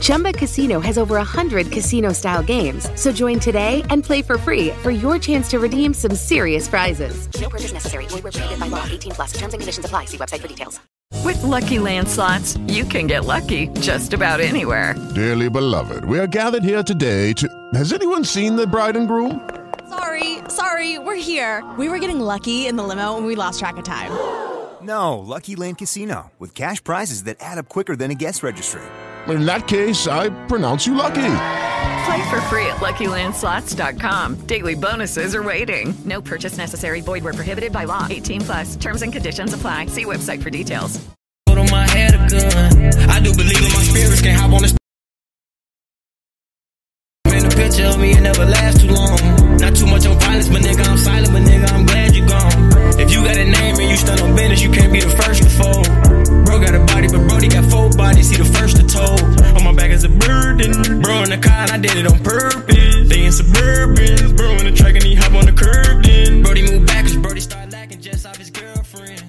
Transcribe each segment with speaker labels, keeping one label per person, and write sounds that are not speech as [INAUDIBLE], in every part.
Speaker 1: Chumba Casino has over 100 casino style games. So join today and play for free for your chance to redeem some serious prizes.
Speaker 2: No purchase necessary. Void where prohibited by law. 18 plus. Terms and conditions apply. See website for details.
Speaker 3: With Lucky Land slots, you can get lucky just about anywhere.
Speaker 4: Dearly beloved, we are gathered here today to. Has anyone seen the bride and groom?
Speaker 5: Sorry, sorry, we're here. We were getting lucky in the limo and we lost track of time.
Speaker 6: No, Lucky Land Casino, with cash prizes that add up quicker than a guest registry.
Speaker 4: In that case, I pronounce you lucky.
Speaker 3: Play for free at LuckyLandSlots.com. Daily bonuses are waiting.
Speaker 2: No purchase necessary. Void where prohibited by law.
Speaker 3: 18 plus terms and conditions apply. See website for details.
Speaker 7: I do believe in my spirits can hop on the Man, a picture of me, it never lasts too long. Not too much on violence, but nigga, I'm silent, but nigga, I'm glad you gone. If you got a name and you stand on business, you can't be the first to fold. Bro got a body, but Brody got four bodies, he the first to told. On my back is a burden. Bro in the car, and I did it on purpose. They in suburbans, bro in the track, and he hop on the curb then. Brody moved back, cause Brody started lacking just off his girlfriend.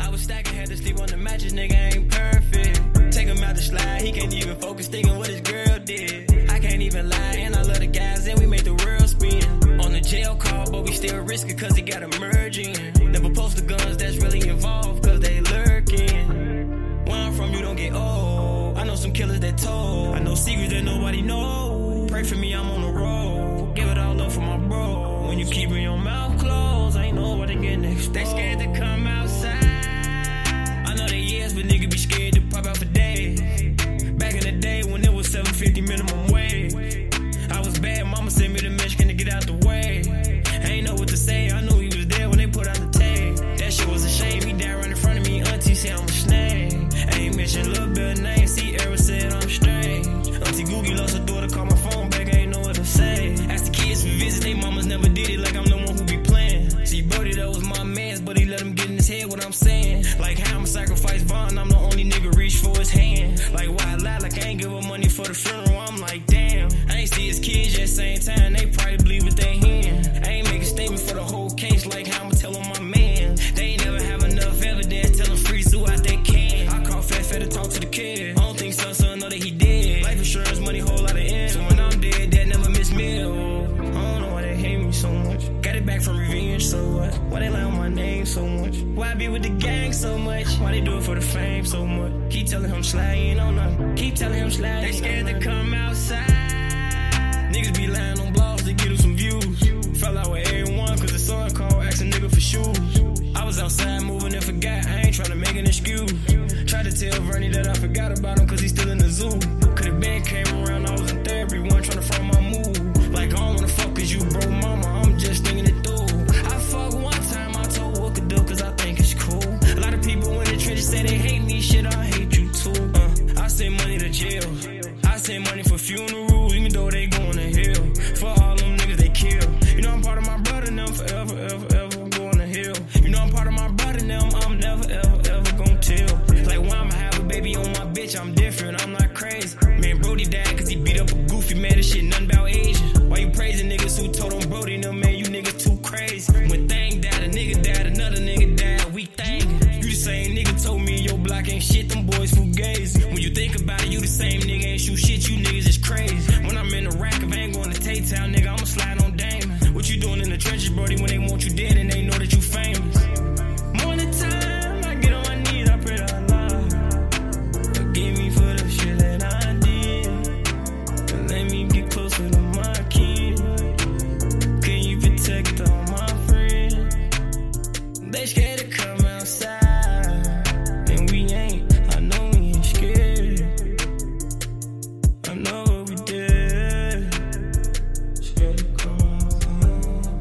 Speaker 7: I was stacking, had to sleep on the mattress, nigga, I ain't perfect. Take him out the slide, he can't even focus, thinking what his girl did. I can't even lie, and I love the guys, and we make the world spin. On the jail call, but we still risk it, cause he got emerging. Never post the guns that's really involved, cause they lurking. Where I'm from, you don't get old. I know some killers that told. I know secrets that nobody know. Pray for me, I'm on the road. Give it all up for my bro. When you keeping your mouth closed, I ain't know what to get next. They scared to come outside. I know they yes, but nigga be scared to pop out for days. Back in the day when it was 750 minimum wage. I was bad, mama sent me to Michigan to get out the way. I ain't know what to say, I knew he was there when they put out the tape. That shit was a shame, he died right in front of me. Auntie said I'm a snake. I ain't mention little bit name, see, Eric said I'm strange. Auntie Googie lost her daughter, called my phone back, I ain't know what to say. Asked the kids for visits, they mamas never did it, like I'm the one who be playing. See, Brody, that was my man's, but he let him get in his head what I'm saying. Like how I'm sacrifice Vaughn, I'm the only nigga reach for his hand. Like why I lie, like I ain't give up money for the funeral. I'm like, damn, I ain't see his kids at same time. They probably believe what they hearing. I ain't make a statement for the whole case, like how I'ma tell on my man. They ain't never have enough evidence, tell them free zoo out they can. I call Fat Fat to talk to the kid. I don't think so, son, know that he did. Life insurance, money, whole lot of end. So when I'm dead, that never miss meal. I don't know why they hate me so much. Got it back from revenge so what? Why they lie on my name so much? Why I be with the gang so much? Why they do it for the fame so much? Keep telling him slide, he ain't on nothing. Keep telling him slide. They scared to come outside. Niggas be lying on blogs to get them some views. Fell out with everyone cause the son called asking nigga for shoes. I was outside moving and forgot. I ain't tryna make an excuse. Tried to tell Vernie that I forgot about him cause he's still in the zoo. Could've been came around, I was in therapy, one tryna front my move. Like I don't wanna fuck cause you broke mama, I'm just thinking it through. I fuck one time, I told what could do cause I think it's cool. A lot of people in the trenches say they hate me, shit, I hate you too. Uh, I send money to jail. I send money for funerals, even though they going to hell. For all them niggas they kill. You know I'm part of my brother now forever, ever, ever. I'm going to hell. You know I'm part of my brother now. I'm never, ever, ever gonna tell. Like why I'ma have a baby on my bitch? I'm different. I'm not crazy. Man, Brody died cause he beat up a goofy man. This shit nothing about Asian. Why you praising niggas who told on Brody? No man, you niggas too crazy. When thing died, a nigga died, another nigga died. We thanking. You the same nigga told me your block ain't shit. Them boys fugazi. When you think about it, you the same nigga ain't shoot shit. You niggas is crazy. When I'm in the rack, if I ain't going to Tay-Town, nigga, I'ma slide on Damon. What you doing in the trenches, Brody? When they want you dead and they know that you famous. Morning time, I get on my knees, I pray to Allah. Forgive me for the shit that I did. And let me get closer to my kid. Can you protect all my friends? They scared to come outside. And we ain't, I know we ain't scared. I know what we did. Scared to come outside.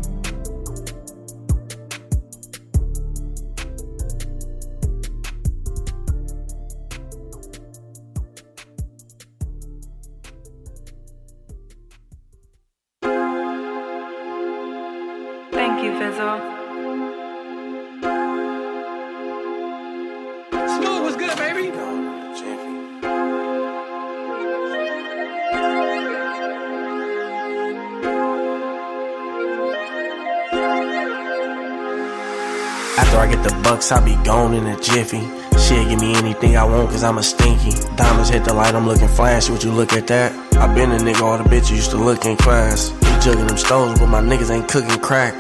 Speaker 8: Thank you, Fizzle.
Speaker 9: After I get the bucks, I be gone in a jiffy. Shit, give me anything I want, cause I'm a stinky. Diamonds hit the light, I'm looking flashy. Would you look at that? I been a nigga, all the bitches used to look in class. You jugging them stones, but my niggas ain't cooking crack.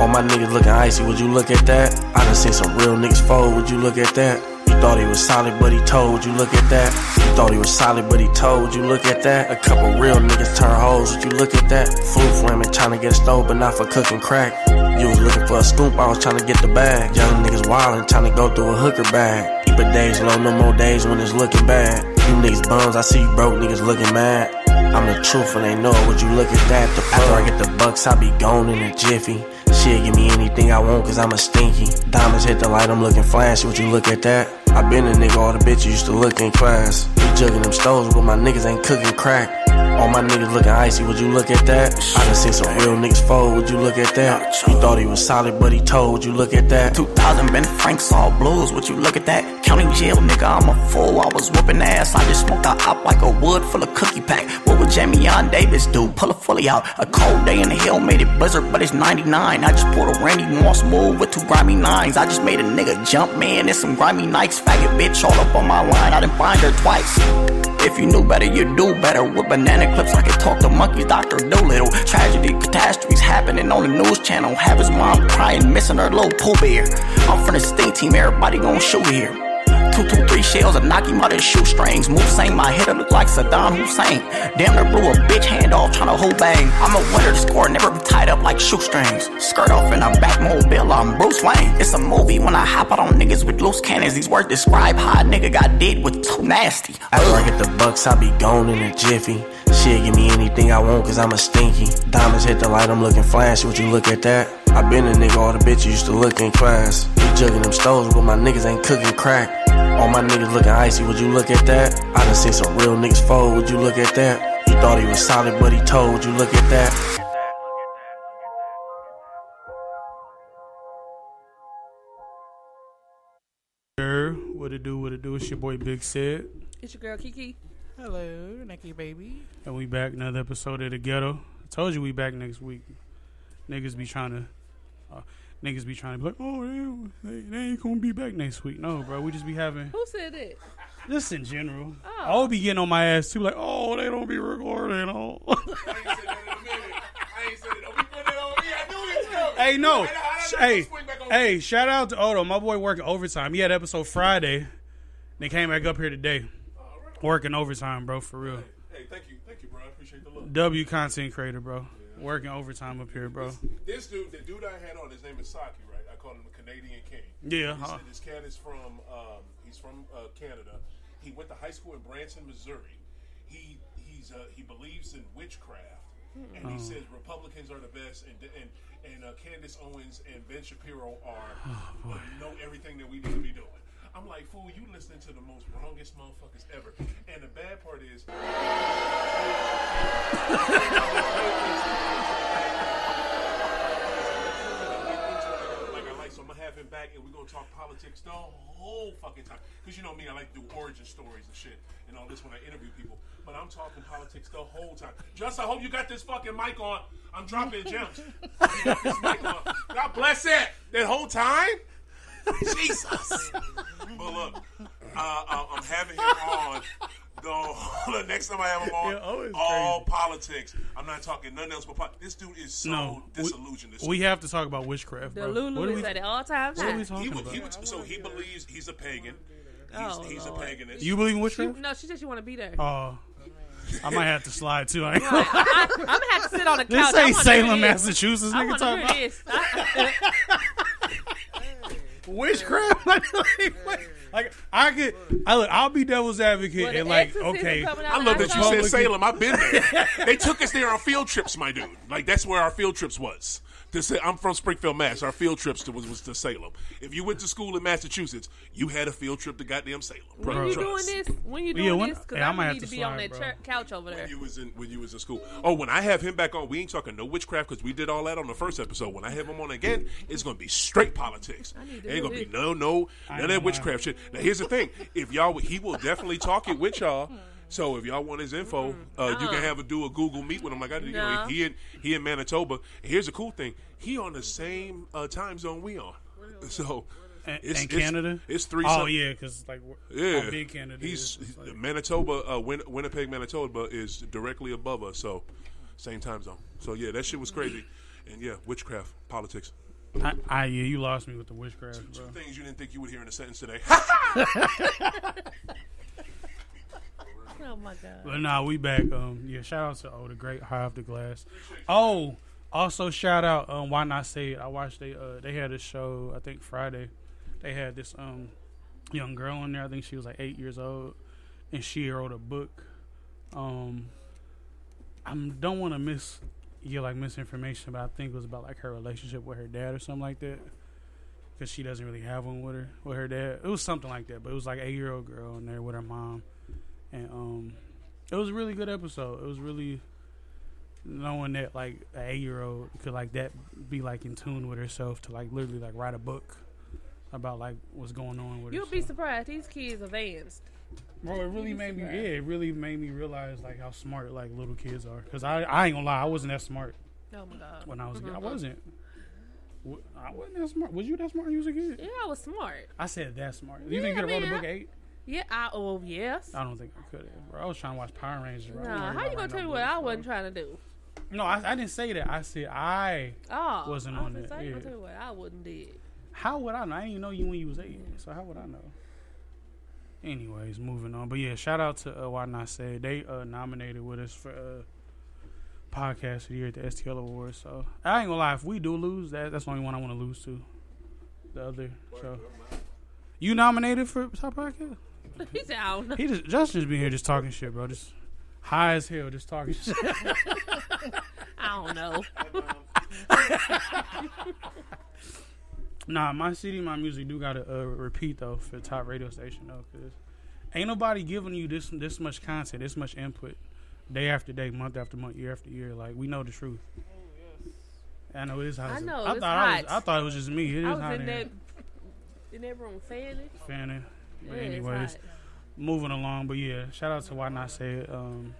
Speaker 9: All my niggas looking icy, would you look at that? I done seen some real niggas fold, would you look at that? You thought he was solid, but he told you look at that. You thought he was solid, but he told you look at that. A couple real niggas turn hoes, would you look at that? Food for him and trying to get a stove, but not for cooking crack. You was looking for a scoop, I was trying to get the bag. Young niggas wildin', trying to go through a hooker bag. Keep a days low, no more days when it's looking bad. You niggas bums, I see you broke niggas looking mad. I'm the truth and they know it. Would you look at that? The After I get the bucks, I be gone in a jiffy. Shit, give me anything I want, cause I'm a stinky. Diamonds hit the light, I'm looking flashy. Would you look at that? I been a nigga, all the bitches used to look in class. You jugging them stoves, but my niggas ain't cooking crack. All my niggas looking icy, would you look at that? I done seen some real niggas fold, would you look at that? You thought he was solid, but he told, would you look at that?
Speaker 8: 2000 Ben Franks all blues, would you look at that? County jail, nigga, I'm a fool, I was whooping ass. I just smoked a op like a wood full of cookie pack. What would Jamie on Davis do? Pull a fully out. A cold day in the hill made it blizzard, but it's 99. I just pulled a Randy Moss move with two grimy nines. I just made a nigga jump, man, and some grimy nikes. Faggot bitch all up on my line, I didn't find her twice. If you knew better, you'd do better. With banana clips, I could talk to monkeys, Dr. Doolittle. Tragedy, catastrophes happening on the news channel. Have his mom crying, missing her little poo bear. I'm from the state team, everybody gon' shoot here. Two, two, three shells and knock him out his shoestrings. Move same, my hitter look like Saddam Hussein. Damn near blew a bitch hand off trying to hold bang. I'm a winner, the score never be tied up like shoestrings. Skirt off and I'm back mobile, I'm Bruce Wayne. It's a movie when I hop out on niggas with loose cannons. These words describe how a nigga got did with too nasty.
Speaker 9: After I get the bucks, I be gone in a jiffy. Shit, give me anything I want, cause I'm a stinky. Diamonds hit the light, I'm looking flashy, would you look at that? I been a nigga, all the bitches used to look in class. You jugging them stoves, but my niggas ain't cooking crack. All my niggas looking icy, would you look at that? I done seen some real niggas fold, would you look at that? You thought he was solid, but he told, would you look at that?
Speaker 10: Sure. What it do, what it do. It's your boy Big Sid.
Speaker 11: It's your girl Kiki.
Speaker 12: Hello, Nikki baby.
Speaker 10: And we back another episode of the ghetto. I told you we back next week. Niggas be trying to, uh, niggas be trying to be like, oh, they, they ain't gonna be back next week. No, bro, we just be having
Speaker 11: Who said it? Oh.
Speaker 10: just in general. I'll be getting on my ass too, like, oh, they don't be recording. Oh, hey, no, Sh- hey, hey, shout out to Odo, my boy working overtime. He had episode Friday. They came back up here today, working overtime, bro, for real.
Speaker 13: Hey, thank you, thank you, bro. I appreciate the love.
Speaker 10: W content creator, bro. Working overtime up here, bro.
Speaker 13: This dude, the dude I had on, his name is Saki, right? I call him the Canadian King.
Speaker 10: Yeah,
Speaker 13: This,
Speaker 10: huh.
Speaker 13: this cat is from um, he's from uh, Canada. He went to high school in Branson, Missouri. He he's uh, he believes in witchcraft, and
Speaker 10: Oh.
Speaker 13: he says Republicans are the best, and and and uh, Candace Owens and Ben Shapiro are
Speaker 10: Oh, boy.
Speaker 13: know everything that we need to be doing. I'm like, fool, you listening to the most wrongest motherfuckers ever. And the bad part is. Like I like, so I'm gonna have him back, and we're gonna talk politics the whole fucking time. Cause you know me, I like to do origin stories and shit, and all this when I interview people. But I'm talking politics the whole time. Just I hope you got this fucking mic on. I'm dropping gems. You got this mic on. God bless it. That whole time. Jesus. but look, uh, uh, I'm having him on. The, the next time I have him on,
Speaker 10: Yeah, oh, it's
Speaker 13: all politics. I'm not talking nothing else but politics. This dude is so
Speaker 10: No, we-
Speaker 13: disillusioned. This
Speaker 10: we have to talk about witchcraft,
Speaker 11: The
Speaker 10: bro.
Speaker 11: Lulu
Speaker 10: What do
Speaker 11: is
Speaker 10: we-
Speaker 11: at an all time
Speaker 10: what are we
Speaker 11: high.
Speaker 10: talking
Speaker 13: he would,
Speaker 10: about?
Speaker 13: he would, so he believes he's a pagan. He's,
Speaker 11: Oh,
Speaker 13: he's a
Speaker 11: Lord.
Speaker 13: paganist.
Speaker 10: You believe in witchcraft?
Speaker 11: No, she said she want to be there.
Speaker 10: Oh, I might have to slide too. I ain't
Speaker 11: I, am gonna have to sit on the
Speaker 10: This
Speaker 11: couch. I
Speaker 10: ain't
Speaker 11: wanna hear
Speaker 10: Salem,
Speaker 11: this.
Speaker 10: Massachusetts,
Speaker 11: I
Speaker 10: nigga
Speaker 11: wanna
Speaker 10: talking
Speaker 11: hear
Speaker 10: about-
Speaker 11: this. I-
Speaker 10: [LAUGHS] witchcraft. [LAUGHS] like, like, I could, I look, I'll be devil's advocate
Speaker 11: Well, the
Speaker 10: and like,
Speaker 11: exorcism
Speaker 10: okay,
Speaker 11: coming out
Speaker 13: I love that you said
Speaker 10: Republican-
Speaker 13: Salem. I've been there. they took us there on field trips, my dude. Like that's where our field trips was. To say, I'm from Springfield, Mass. Our field trips to, was was to Salem. If you went to school in Massachusetts, you had a field trip to goddamn Salem.
Speaker 11: when
Speaker 13: Bro,
Speaker 11: you doing
Speaker 13: trust.
Speaker 11: this? When you
Speaker 13: Yeah,
Speaker 11: doing
Speaker 13: when-
Speaker 11: this? Because
Speaker 13: yeah, I
Speaker 11: I'm
Speaker 13: might
Speaker 11: gonna
Speaker 13: have
Speaker 11: need
Speaker 13: to
Speaker 11: to be on
Speaker 13: slide,
Speaker 11: that
Speaker 13: bro.
Speaker 11: chair- couch over there.
Speaker 13: You was in when you was in school. Oh, when I have him back on, we ain't talking no witchcraft because we did all that on the first episode. When I have him on again, it's gonna be straight politics.
Speaker 11: I need to
Speaker 13: Ain't
Speaker 11: do
Speaker 13: gonna be
Speaker 11: this.
Speaker 13: no, no,
Speaker 10: I
Speaker 13: none of
Speaker 10: ain't
Speaker 13: that
Speaker 10: gonna lie.
Speaker 13: witchcraft shit. Now here's the thing: if y'all, he will definitely talk it with y'all. So if y'all want his info, uh, you
Speaker 11: Uh-uh.
Speaker 13: can have a do a Google meet with him. Like I did, you know,
Speaker 11: No.
Speaker 13: he in he in Manitoba. And here's the cool thing: he on the same uh, time zone we on.
Speaker 7: So
Speaker 9: And-
Speaker 7: it's,
Speaker 9: and
Speaker 7: it's-
Speaker 9: Canada?
Speaker 7: It's three.
Speaker 9: Oh,
Speaker 7: some-
Speaker 9: yeah, 'cause, like, wh-
Speaker 7: yeah,
Speaker 9: how big Canada
Speaker 7: He's
Speaker 9: is, it's like-
Speaker 7: Manitoba, uh, Win- Winnipeg, Manitoba is directly above us, so same time zone. So yeah, that shit was crazy, and yeah, witchcraft, politics.
Speaker 9: I, I yeah, you lost me with the witchcraft,
Speaker 7: Two
Speaker 9: bro.
Speaker 7: things you didn't think you would hear in a sentence today.
Speaker 13: [LAUGHS]
Speaker 11: Oh my god.
Speaker 9: But nah, we back. Um, yeah, shout out to oh the great High Off the Glass. Oh, also shout out. Um, why not say it? I watched they uh they had a show I think Friday. They had this um young girl in there. I think she was like eight years old, and she wrote a book. Um, I don't want to miss yeah like misinformation, but I think it was about like her relationship with her dad or something like that. Cause she doesn't really have one with her with her dad. It was something like that, but it was like eight year old girl in there with her mom, and um, it was a really good episode. It was really knowing that like an eight year old could like that be like in tune with herself to like literally like write a book about like what's going on with
Speaker 11: You'll
Speaker 9: herself.
Speaker 11: be surprised. These kids advanced.
Speaker 9: Bro, it really
Speaker 11: You'll be
Speaker 9: made me. Yeah,
Speaker 11: surprised.
Speaker 9: it really made me realize like how smart like little kids are. Cause I, I ain't gonna lie, I wasn't that smart
Speaker 11: Oh my god.
Speaker 9: when I was a kid. I
Speaker 11: Mhm.
Speaker 9: wasn't. Wa- I wasn't that smart. Was you that smart when you was a kid?
Speaker 11: Yeah, I was smart.
Speaker 9: I said that smart. You
Speaker 11: yeah,
Speaker 9: didn't get a
Speaker 11: I
Speaker 9: wrote a
Speaker 11: mean,
Speaker 9: book
Speaker 11: I-
Speaker 9: at eight.
Speaker 11: Yeah, I oh yes.
Speaker 9: I don't think I could have. Bro, I was trying to watch Power Rangers. Bro. I wasn't
Speaker 11: Nah,
Speaker 9: worried
Speaker 11: how you
Speaker 9: about
Speaker 11: gonna tell me
Speaker 9: writing no
Speaker 11: what I
Speaker 9: books,
Speaker 11: wasn't trying to do?
Speaker 9: bro. No, I, I didn't say that. I said I
Speaker 11: Oh,
Speaker 9: wasn't
Speaker 11: I was
Speaker 9: on
Speaker 11: just
Speaker 9: it.
Speaker 11: saying,
Speaker 9: Yeah.
Speaker 11: gonna tell you what I wouldn't did.
Speaker 9: How would I know? I didn't even know you when you was eight. So how would I know? Anyways, moving on. But yeah, shout out to uh, Why Not Say It. They uh, nominated with us for uh, podcast of the year at the STL Awards. So I ain't gonna lie, if we do lose, that that's the only one I want to lose to. The other show. You nominated for top podcast?
Speaker 11: [LAUGHS] he said, I don't know.
Speaker 9: He just Justin's been here just talking shit, bro. Just high as hell,
Speaker 11: [LAUGHS]
Speaker 9: just talking shit.
Speaker 11: I don't know.
Speaker 9: Nah, my city, my music do gotta uh, repeat though for top radio station though, cause ain't nobody giving you this this much content, this much input, day after day, month after month, year after year. Like we know the truth. I know it is hot.
Speaker 11: I
Speaker 9: as-
Speaker 11: know,
Speaker 9: I
Speaker 11: it's
Speaker 9: thought I, was,
Speaker 11: hot.
Speaker 9: I thought it was just me. It is
Speaker 11: I was
Speaker 9: hot
Speaker 11: in
Speaker 9: in here.
Speaker 11: that in that room fanning.
Speaker 9: Fanning. But
Speaker 11: Yeah, it's
Speaker 9: anyways,
Speaker 11: hot.
Speaker 9: moving along. But yeah, shout out to why not say it. Um,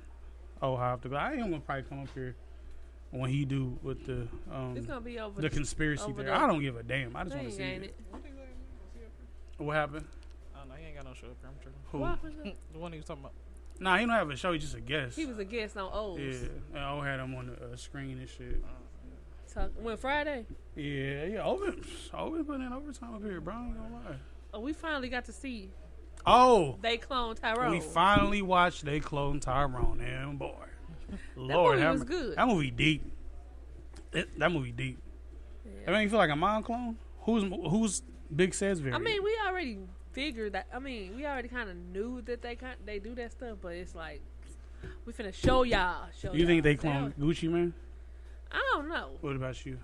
Speaker 9: oh, how to go. I am gonna probably come up here when he do with the um
Speaker 11: It's gonna be over
Speaker 9: the
Speaker 11: the-
Speaker 9: conspiracy
Speaker 11: over
Speaker 9: theory.
Speaker 11: the-
Speaker 9: I don't give a damn. I just want to
Speaker 11: Thing,
Speaker 9: see
Speaker 11: ain't
Speaker 9: it. What happened?
Speaker 14: I don't know. He ain't got no show up here. I'm tripping.
Speaker 9: Who? Why
Speaker 14: the one he was talking about.
Speaker 9: Nah, he don't have a show. He's just a guest.
Speaker 11: He was a guest on O's.
Speaker 9: Yeah, and I had him on the uh, screen and shit.
Speaker 11: Talk, when Friday,
Speaker 9: Yeah, yeah. Open, open putting in overtime up here, bro. I ain't gonna lie.
Speaker 11: oh, we finally got to see
Speaker 9: Oh,
Speaker 11: they clone Tyrone.
Speaker 9: we finally watched they clone Tyrone and boy, Lord,
Speaker 11: movie
Speaker 9: have
Speaker 11: was
Speaker 9: mer-
Speaker 11: good.
Speaker 9: That movie deep. It- that movie deep. That made me feel like a mind clone. Who's who's Big Says very?
Speaker 11: I mean, we already figured that. I mean, we already kind of knew that they kind they do that stuff, but it's like we finna show y'all. Show
Speaker 9: you think
Speaker 11: y'all.
Speaker 9: they clone Gucci man?
Speaker 11: I don't know.
Speaker 9: What about you?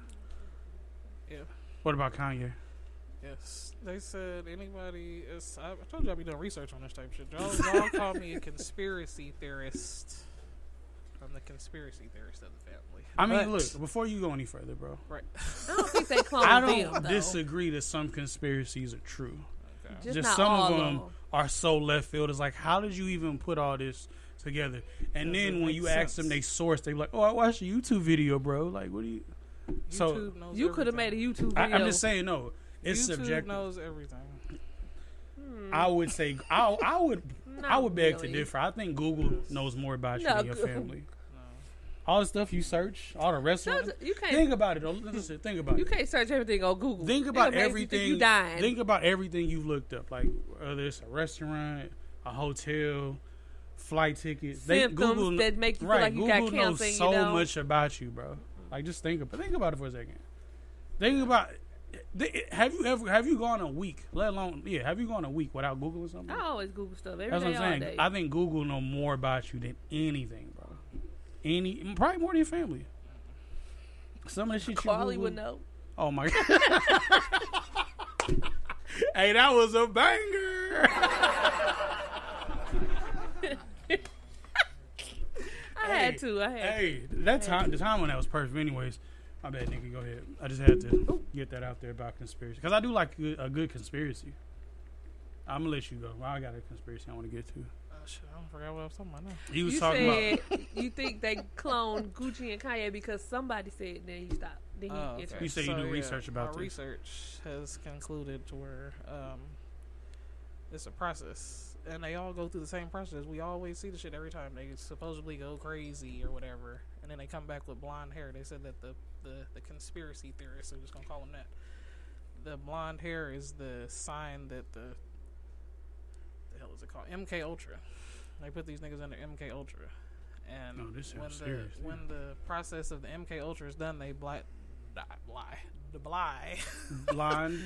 Speaker 14: Yeah.
Speaker 9: What about Kanye?
Speaker 14: Yes, they said anybody is. I, I told you I be doing research on this type of shit. Y'all, y'all call me a conspiracy theorist. I'm the conspiracy theorist of the family.
Speaker 9: I mean,
Speaker 14: But-
Speaker 9: look before you go any further, bro.
Speaker 14: Right.
Speaker 11: I don't think they clone
Speaker 9: I don't
Speaker 11: them, though.
Speaker 9: disagree that some conspiracies are true.
Speaker 11: Just
Speaker 9: Just,
Speaker 11: not
Speaker 9: some
Speaker 11: all
Speaker 9: of
Speaker 11: of
Speaker 9: them,
Speaker 11: them.
Speaker 9: are so left field. It's like, how did you even put all this together?
Speaker 14: Doesn't
Speaker 9: And then when
Speaker 14: make
Speaker 9: you ask them, they source. They like, oh, I watched a YouTube video, bro. Like, what do you? so
Speaker 11: you could have made a YouTube
Speaker 9: I,
Speaker 11: video.
Speaker 9: I'm just saying, no, it's
Speaker 14: YouTube
Speaker 9: subjective.
Speaker 14: knows everything.
Speaker 9: I would say, I, I would, I
Speaker 14: Not
Speaker 9: would beg
Speaker 14: really.
Speaker 9: to differ. I think Google knows more about you
Speaker 11: No,
Speaker 9: than your
Speaker 11: Goo-
Speaker 9: family. All the stuff you search, all the restaurants.
Speaker 11: you can't-
Speaker 9: think about it. Though. Listen, think about
Speaker 11: you
Speaker 9: it.
Speaker 11: can't search everything on Google.
Speaker 9: Think about
Speaker 11: It'll make
Speaker 9: everything.
Speaker 11: You, think you dying.
Speaker 9: Think about everything you've looked up, like whether it's a restaurant, a hotel, flight tickets.
Speaker 11: Symptoms that make you feel
Speaker 9: right,
Speaker 11: like you got
Speaker 9: Google
Speaker 11: cancer and
Speaker 9: knows
Speaker 11: you
Speaker 9: so
Speaker 11: don't.
Speaker 9: much about you, bro. Like just think about think about it for a second. Think about th- have you ever have you gone a week, let alone yeah, have you gone a week without googling something?
Speaker 11: I always Google stuff every day,
Speaker 9: That's what I'm
Speaker 11: all day.
Speaker 9: saying. I think Google know more about you than anything, bro. Any probably more than your family. Some of the shit
Speaker 11: Carly
Speaker 9: you Google-
Speaker 11: would know.
Speaker 9: Oh my god. hey, that was a banger.
Speaker 11: I had to. I had.
Speaker 9: Hey, that time the time when that was perfect. Anyways, my bad, nigga. Go ahead. I just had to get that out there about conspiracy because I do like a good, a good conspiracy. I'm gonna let you go. I got a conspiracy I want to get to.
Speaker 14: Uh, shit, I forgot what I was talking about now.
Speaker 9: He was
Speaker 11: you
Speaker 9: talking
Speaker 11: said
Speaker 9: about.
Speaker 11: you think they cloned Gucci and Kanye because somebody said, then you stop. Then he
Speaker 7: Oh,
Speaker 11: it's
Speaker 7: okay.
Speaker 9: You said you do research about
Speaker 7: my
Speaker 9: this.
Speaker 7: research has concluded to where um, it's a process, and they all go through the same process. We always see the shit every time they supposedly go crazy or whatever, and then they come back with blonde hair. They said that the the, the conspiracy theorists, we're just gonna call them that. The blonde hair is the sign that the the hell is it called? MK Ultra. They put these niggas under MK Ultra, and
Speaker 9: No, Oh, this
Speaker 7: when
Speaker 9: sounds
Speaker 7: the
Speaker 9: serious, yeah.
Speaker 7: when the process of the MK Ultra is done, they blind, lie, the bly, [LAUGHS]
Speaker 9: Blind,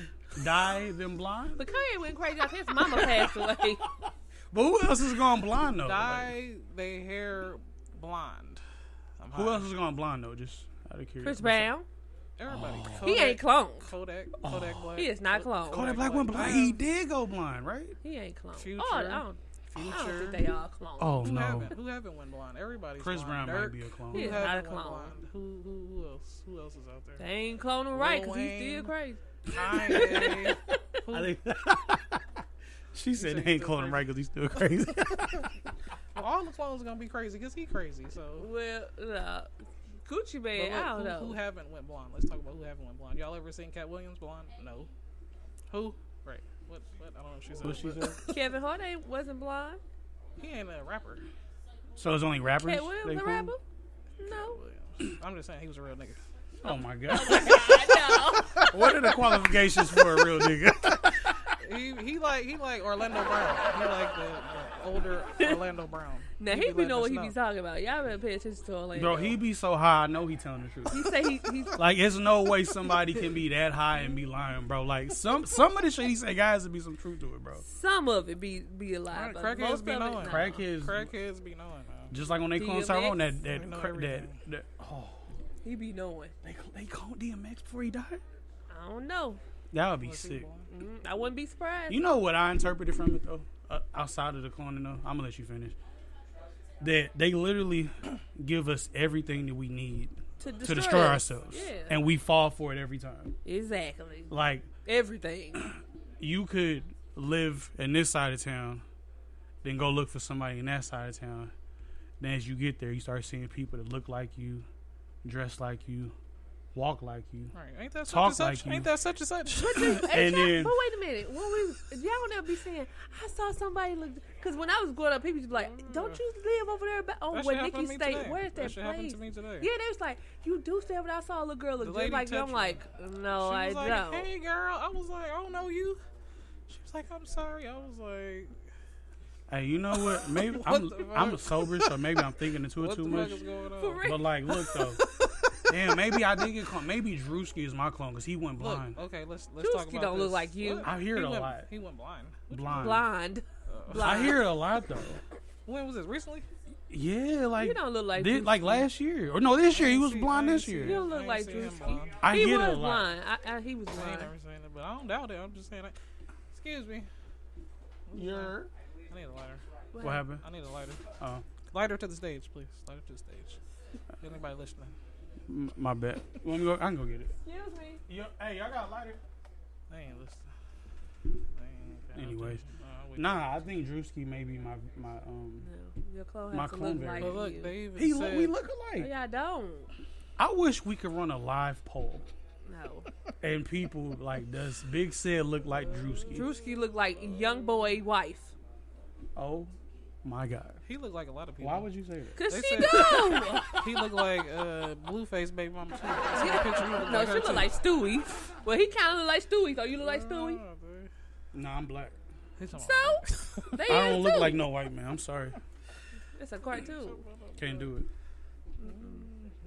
Speaker 9: die then blind.
Speaker 11: But Kanye went crazy after his mama passed away.
Speaker 9: [LAUGHS] But who else is going blind though? Like,
Speaker 7: dye their hair blonde. I'm
Speaker 9: who
Speaker 7: high.
Speaker 9: else is going blind though? Just out of curiosity. Oh.
Speaker 11: Chris Brown.
Speaker 7: Everybody.
Speaker 11: He ain't cloned.
Speaker 7: Kodak, Kodak Black.
Speaker 11: He is not
Speaker 7: Ko-
Speaker 11: cloned.
Speaker 9: Kodak Black went blind. He did go blind, right?
Speaker 11: He ain't cloned.
Speaker 7: Future.
Speaker 11: Oh, I don't, I don't
Speaker 7: Future.
Speaker 11: think they all cloned.
Speaker 9: Oh,
Speaker 7: who
Speaker 9: no.
Speaker 7: Haven't, who haven't went blonde? Everybody's
Speaker 9: Chris Brown
Speaker 7: blonde.
Speaker 9: might
Speaker 7: Dirk,
Speaker 9: be a clone.
Speaker 7: Who
Speaker 11: He is
Speaker 7: haven't
Speaker 11: not a
Speaker 7: went
Speaker 11: clone.
Speaker 7: Blonde? Who, who who else? Who else is out there?
Speaker 11: They ain't cloning him right because he's still
Speaker 7: Lil
Speaker 11: crazy.
Speaker 7: Kanye.
Speaker 9: I
Speaker 7: who,
Speaker 9: think she said
Speaker 7: said
Speaker 9: they
Speaker 7: he's
Speaker 9: ain't
Speaker 7: still
Speaker 9: calling him right because he's still crazy.
Speaker 7: well, all the clones are gonna be crazy because he crazy. So.
Speaker 11: Well, uh, Gucci
Speaker 7: But
Speaker 11: man,
Speaker 7: look,
Speaker 11: I don't
Speaker 7: who,
Speaker 11: know.
Speaker 7: who haven't went blonde? Let's talk about who haven't went blonde. Y'all ever seen Cat Williams blonde? No. Who? Right. What? What? I don't know. If she said.
Speaker 9: What she
Speaker 7: but-
Speaker 11: Kevin Hart ain't wasn't blind.
Speaker 7: He ain't a rapper.
Speaker 9: so it's only rappers.
Speaker 11: Cat Williams
Speaker 9: they
Speaker 11: the
Speaker 9: cool?
Speaker 11: rapper? No.
Speaker 7: I'm just saying he was a real nigga.
Speaker 9: Oh my god. what are the qualifications for a real nigga?
Speaker 7: He he like he like Orlando Brown. He like the, the older Orlando Brown.
Speaker 11: Now
Speaker 7: He
Speaker 11: he be
Speaker 7: letting
Speaker 11: know what
Speaker 7: us
Speaker 11: he be talking about. Y'all better pay attention to Orlando.
Speaker 9: Bro, he be so high. I know he telling the truth.
Speaker 11: He say he, he's
Speaker 9: [LAUGHS] Like, it's no way somebody can be that high and be lying, bro. Like, some some of the shit he say, guys, to be some truth to it, bro.
Speaker 11: some of it be be alive. but most
Speaker 7: Crackheads
Speaker 11: of
Speaker 7: be
Speaker 11: it
Speaker 7: knowing.
Speaker 11: not.
Speaker 9: Crackheads-
Speaker 7: Crackheads be knowing. man.
Speaker 9: Just like when they clone
Speaker 11: DMX?
Speaker 9: Tyrone, that
Speaker 7: I
Speaker 9: that
Speaker 7: know
Speaker 9: cra- that,
Speaker 7: everything.
Speaker 9: that oh,
Speaker 11: He be knowing.
Speaker 9: they they cloned DMX before he died.
Speaker 11: I don't know.
Speaker 9: That would be
Speaker 7: Was he
Speaker 9: sick.
Speaker 7: blonde?
Speaker 11: Mm, I wouldn't be surprised.
Speaker 9: You know what I interpreted from it though, uh, outside of the cloning though. I'm gonna let you finish. That they literally give us everything that we need
Speaker 11: To
Speaker 9: to
Speaker 11: destroy
Speaker 9: destroy,
Speaker 11: us.
Speaker 9: ourselves,
Speaker 11: Yeah.
Speaker 9: and we fall for it every time.
Speaker 11: exactly.
Speaker 9: Like
Speaker 11: Everything.
Speaker 9: you could live in this side of town, then go look for somebody in that side of town. Then as you get there, you start seeing people that look like you, dress like you, walk like you.
Speaker 7: Right. Ain't that
Speaker 9: Talk
Speaker 7: such and
Speaker 9: like
Speaker 7: such?
Speaker 9: you.
Speaker 7: Ain't that such and such?
Speaker 11: Hey,
Speaker 9: And
Speaker 11: y'all-
Speaker 9: then-
Speaker 11: but wait a minute. What we y'all never be saying? I saw somebody look because when I was growing up, people used to be like, "Don't you live over there ba- on
Speaker 7: Mm. That
Speaker 11: where
Speaker 7: shit
Speaker 11: Nikki
Speaker 7: happened to me
Speaker 11: State?
Speaker 7: today.
Speaker 11: Where's that,
Speaker 7: That shit happened
Speaker 11: place?"
Speaker 7: to me today.
Speaker 11: Yeah, they was like, "You do stay over there." I saw a little girl
Speaker 7: The
Speaker 11: look
Speaker 7: lady
Speaker 11: just like you.
Speaker 7: touched
Speaker 11: I'm
Speaker 7: me.
Speaker 11: like, "No,
Speaker 7: she
Speaker 11: I
Speaker 7: was like,
Speaker 11: don't."
Speaker 7: "Hey, girl," I was like, "I don't know you." She was like, "I'm sorry." I was like,
Speaker 9: Hey, you know what? Maybe
Speaker 7: What
Speaker 9: I'm
Speaker 7: the fuck?
Speaker 9: I'm sober, so maybe I'm thinking into it
Speaker 7: "What
Speaker 9: too
Speaker 7: the
Speaker 9: much.
Speaker 7: fuck is going on?"
Speaker 11: For real.
Speaker 9: But like, look though,
Speaker 7: [LAUGHS]
Speaker 9: damn, maybe I did get cloned. Maybe Drewski is my clone because he went
Speaker 7: Look,
Speaker 9: blind.
Speaker 7: okay, let's let's talk
Speaker 11: Drewski
Speaker 7: about
Speaker 11: don't look
Speaker 7: this.
Speaker 11: like you.
Speaker 7: What?
Speaker 9: I hear it
Speaker 7: he
Speaker 9: a
Speaker 7: went,
Speaker 9: lot.
Speaker 7: He went blind. Uh,
Speaker 9: blind.
Speaker 11: blind.
Speaker 9: I
Speaker 11: blind.
Speaker 9: hear it a lot though.
Speaker 7: [LAUGHS] When was this? Recently?
Speaker 9: Yeah, like
Speaker 11: don't look like
Speaker 9: thi- like
Speaker 11: Drewski.
Speaker 9: last year or no, this year he was
Speaker 7: see-
Speaker 9: blind.
Speaker 7: I ain't
Speaker 9: This
Speaker 7: see
Speaker 9: year,
Speaker 7: it.
Speaker 11: You don't
Speaker 7: I
Speaker 11: look
Speaker 7: ain't
Speaker 11: like
Speaker 7: seen him
Speaker 11: Drewski.
Speaker 7: blind.
Speaker 9: I
Speaker 11: he
Speaker 9: get it
Speaker 11: was
Speaker 9: a lot.
Speaker 11: blind. I, I, he was
Speaker 7: I
Speaker 11: blind.
Speaker 7: ain't never seen it, but I don't doubt it. I'm just saying. That. Excuse me.
Speaker 9: You're-
Speaker 7: I need a lighter.
Speaker 9: What happened?
Speaker 7: I need a lighter.
Speaker 9: Oh,
Speaker 7: Lighter to the stage, please. Lighter to the stage. Anybody listening?
Speaker 9: m- my bad. Want me to go? I can go get it.
Speaker 11: Excuse me.
Speaker 9: Yo, hey, y'all got a lighter?
Speaker 7: They ain't listening. They ain't paying
Speaker 9: Anyways.
Speaker 7: attention. Nah, we-
Speaker 9: Nah, I think Drewski may be my my um.
Speaker 11: No, your clone
Speaker 9: My
Speaker 11: has to
Speaker 9: clone
Speaker 11: look
Speaker 9: variant.
Speaker 11: like
Speaker 7: But
Speaker 11: you.
Speaker 7: look, they even
Speaker 9: He look,
Speaker 7: said,
Speaker 9: we look alike.
Speaker 11: yeah, I don't.
Speaker 9: I wish we could run a live poll
Speaker 11: No.
Speaker 9: and people like does Big said look like Drewski?
Speaker 11: Drewski looked like young boy wife.
Speaker 9: Oh my god.
Speaker 7: He looked like a lot of people.
Speaker 9: Why would you say that?
Speaker 11: Cause
Speaker 7: They
Speaker 11: she
Speaker 7: said-
Speaker 11: do.
Speaker 7: [LAUGHS] He looked like uh, Blueface baby
Speaker 11: [LAUGHS]
Speaker 7: mama too. I seen a picture, he looked
Speaker 11: no, she
Speaker 7: like her,
Speaker 11: look
Speaker 7: too.
Speaker 11: like Stewie. Well, he kind of look like Stewie. So you look like Stewie.
Speaker 7: Nah, dude.
Speaker 9: Nah, I'm black.
Speaker 7: He's talking about-
Speaker 11: So they
Speaker 9: I
Speaker 11: is
Speaker 9: don't look
Speaker 11: too.
Speaker 9: like no white man. I'm sorry.
Speaker 11: It's a cartoon.
Speaker 9: Can't do it.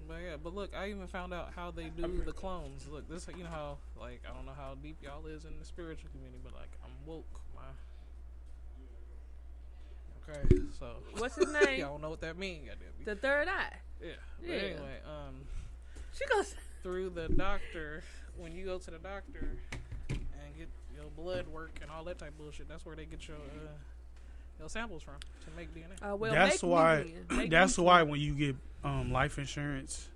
Speaker 7: But yeah, but look, I even found out how they do the clones. Look, this you know how like I don't know how deep y'all is in the spiritual community, but like I'm woke, my. Okay, so
Speaker 11: What's his name?
Speaker 7: y'all know what that means, goddamn.
Speaker 11: The third eye.
Speaker 7: Yeah. But
Speaker 11: Yeah.
Speaker 7: anyway, um,
Speaker 11: She goes.
Speaker 7: through the doctor, when you go to the doctor and get your blood work and all that type of bullshit, that's where they get your uh, your samples from to make DNA.
Speaker 11: Uh, well, make
Speaker 9: that's
Speaker 11: me
Speaker 9: why. [CLEARS THROAT]
Speaker 11: then. Make me
Speaker 9: That's
Speaker 11: then.
Speaker 9: why when you get um, life insurance,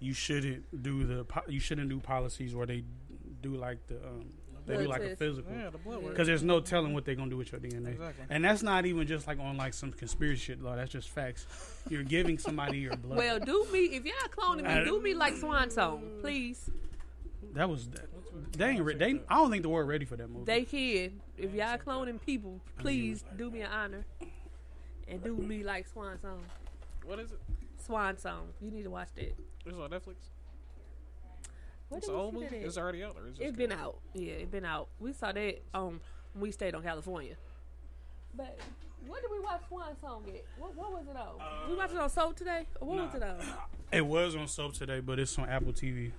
Speaker 9: you shouldn't do the po- you shouldn't do policies where they do like the um,
Speaker 7: No They do
Speaker 11: blood
Speaker 7: like a
Speaker 11: test.
Speaker 7: physical.
Speaker 11: Yeah, the blood work.
Speaker 7: Because there's no telling what they're gonna do with your DNA.
Speaker 11: Exactly.
Speaker 7: And that's not even just like on like some conspiracy shit law. That's just facts. You're giving somebody your blood.
Speaker 11: Well, do me if y'all cloning
Speaker 7: Uh,
Speaker 11: me, do me like Swan Song, please.
Speaker 7: that was they ain't re- they. I don't think they were ready for that movie.
Speaker 11: They kid. If y'all cloning people, please do me an honor and do me like Swan Song.
Speaker 9: What is it?
Speaker 11: Swan Song. You need to watch that.
Speaker 9: It's on Netflix.
Speaker 11: What
Speaker 9: It's
Speaker 11: did we
Speaker 9: an old
Speaker 11: see
Speaker 9: movie.
Speaker 11: that at?
Speaker 9: It's already out. Or it's just
Speaker 11: It's been out. Yeah, it's been out. We saw that um when we stayed on California. But what did we watch Swan Song at? What, what was it on? we watched it on Soul today? Or what was it on?
Speaker 7: It was on soap today, but it's on Apple TV.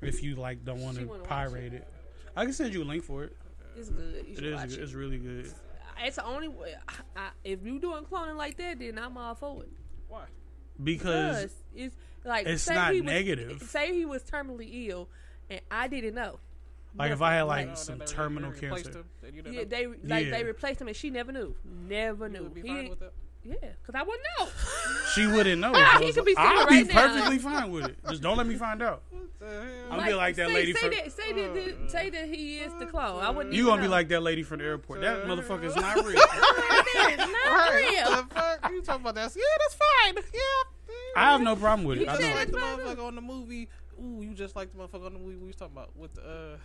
Speaker 7: If you like, don't want
Speaker 11: She
Speaker 7: to
Speaker 11: wanna watch
Speaker 7: pirate it, I can send you a link for it.
Speaker 11: It's good. You
Speaker 7: It
Speaker 11: should
Speaker 7: is.
Speaker 11: watch
Speaker 7: good.
Speaker 11: it.
Speaker 7: It's really good.
Speaker 11: It's the only way. I, I, if you doing cloning like that, then I'm all for it.
Speaker 9: Why?
Speaker 7: Because
Speaker 11: it's like
Speaker 7: it's
Speaker 11: say
Speaker 7: not
Speaker 11: he was,
Speaker 7: negative.
Speaker 11: Say he was terminally ill, and I didn't know.
Speaker 7: like if I had
Speaker 11: Nothing.
Speaker 7: like
Speaker 9: Oh, No, then
Speaker 7: some
Speaker 9: they-
Speaker 7: terminal
Speaker 9: they replaced
Speaker 7: cancer,
Speaker 9: him, then you didn't
Speaker 11: yeah,
Speaker 9: know.
Speaker 11: they like
Speaker 7: Yeah.
Speaker 11: they replaced him, and she never knew. Never knew.
Speaker 9: would be
Speaker 11: He
Speaker 9: fine
Speaker 11: didn't-
Speaker 9: with that?
Speaker 11: Yeah, because I wouldn't know.
Speaker 7: [LAUGHS] she wouldn't know.
Speaker 11: Ah, [LAUGHS]
Speaker 7: So
Speaker 11: he
Speaker 7: it's
Speaker 11: could
Speaker 7: like,
Speaker 11: be sitting
Speaker 7: I'll
Speaker 11: right
Speaker 7: be
Speaker 11: now.
Speaker 7: perfectly fine with it. Just don't let me find out. I'm gonna be like that
Speaker 11: say,
Speaker 7: lady.
Speaker 11: Say
Speaker 7: from,
Speaker 11: that, say, that, that- say that he is the clone. I wouldn't.
Speaker 7: you
Speaker 11: even
Speaker 7: gonna be
Speaker 11: know.
Speaker 7: like that lady from the airport. That motherfucker
Speaker 11: [LAUGHS]
Speaker 7: is not real.
Speaker 11: not real.
Speaker 9: What the fuck? You talking about that? Yeah, that's fine. Yeah.
Speaker 7: I have no problem with it.
Speaker 9: You
Speaker 7: I
Speaker 9: just
Speaker 7: don't.
Speaker 9: like the motherfucker on the movie. Ooh, you just like the motherfucker on the movie we was talking about with the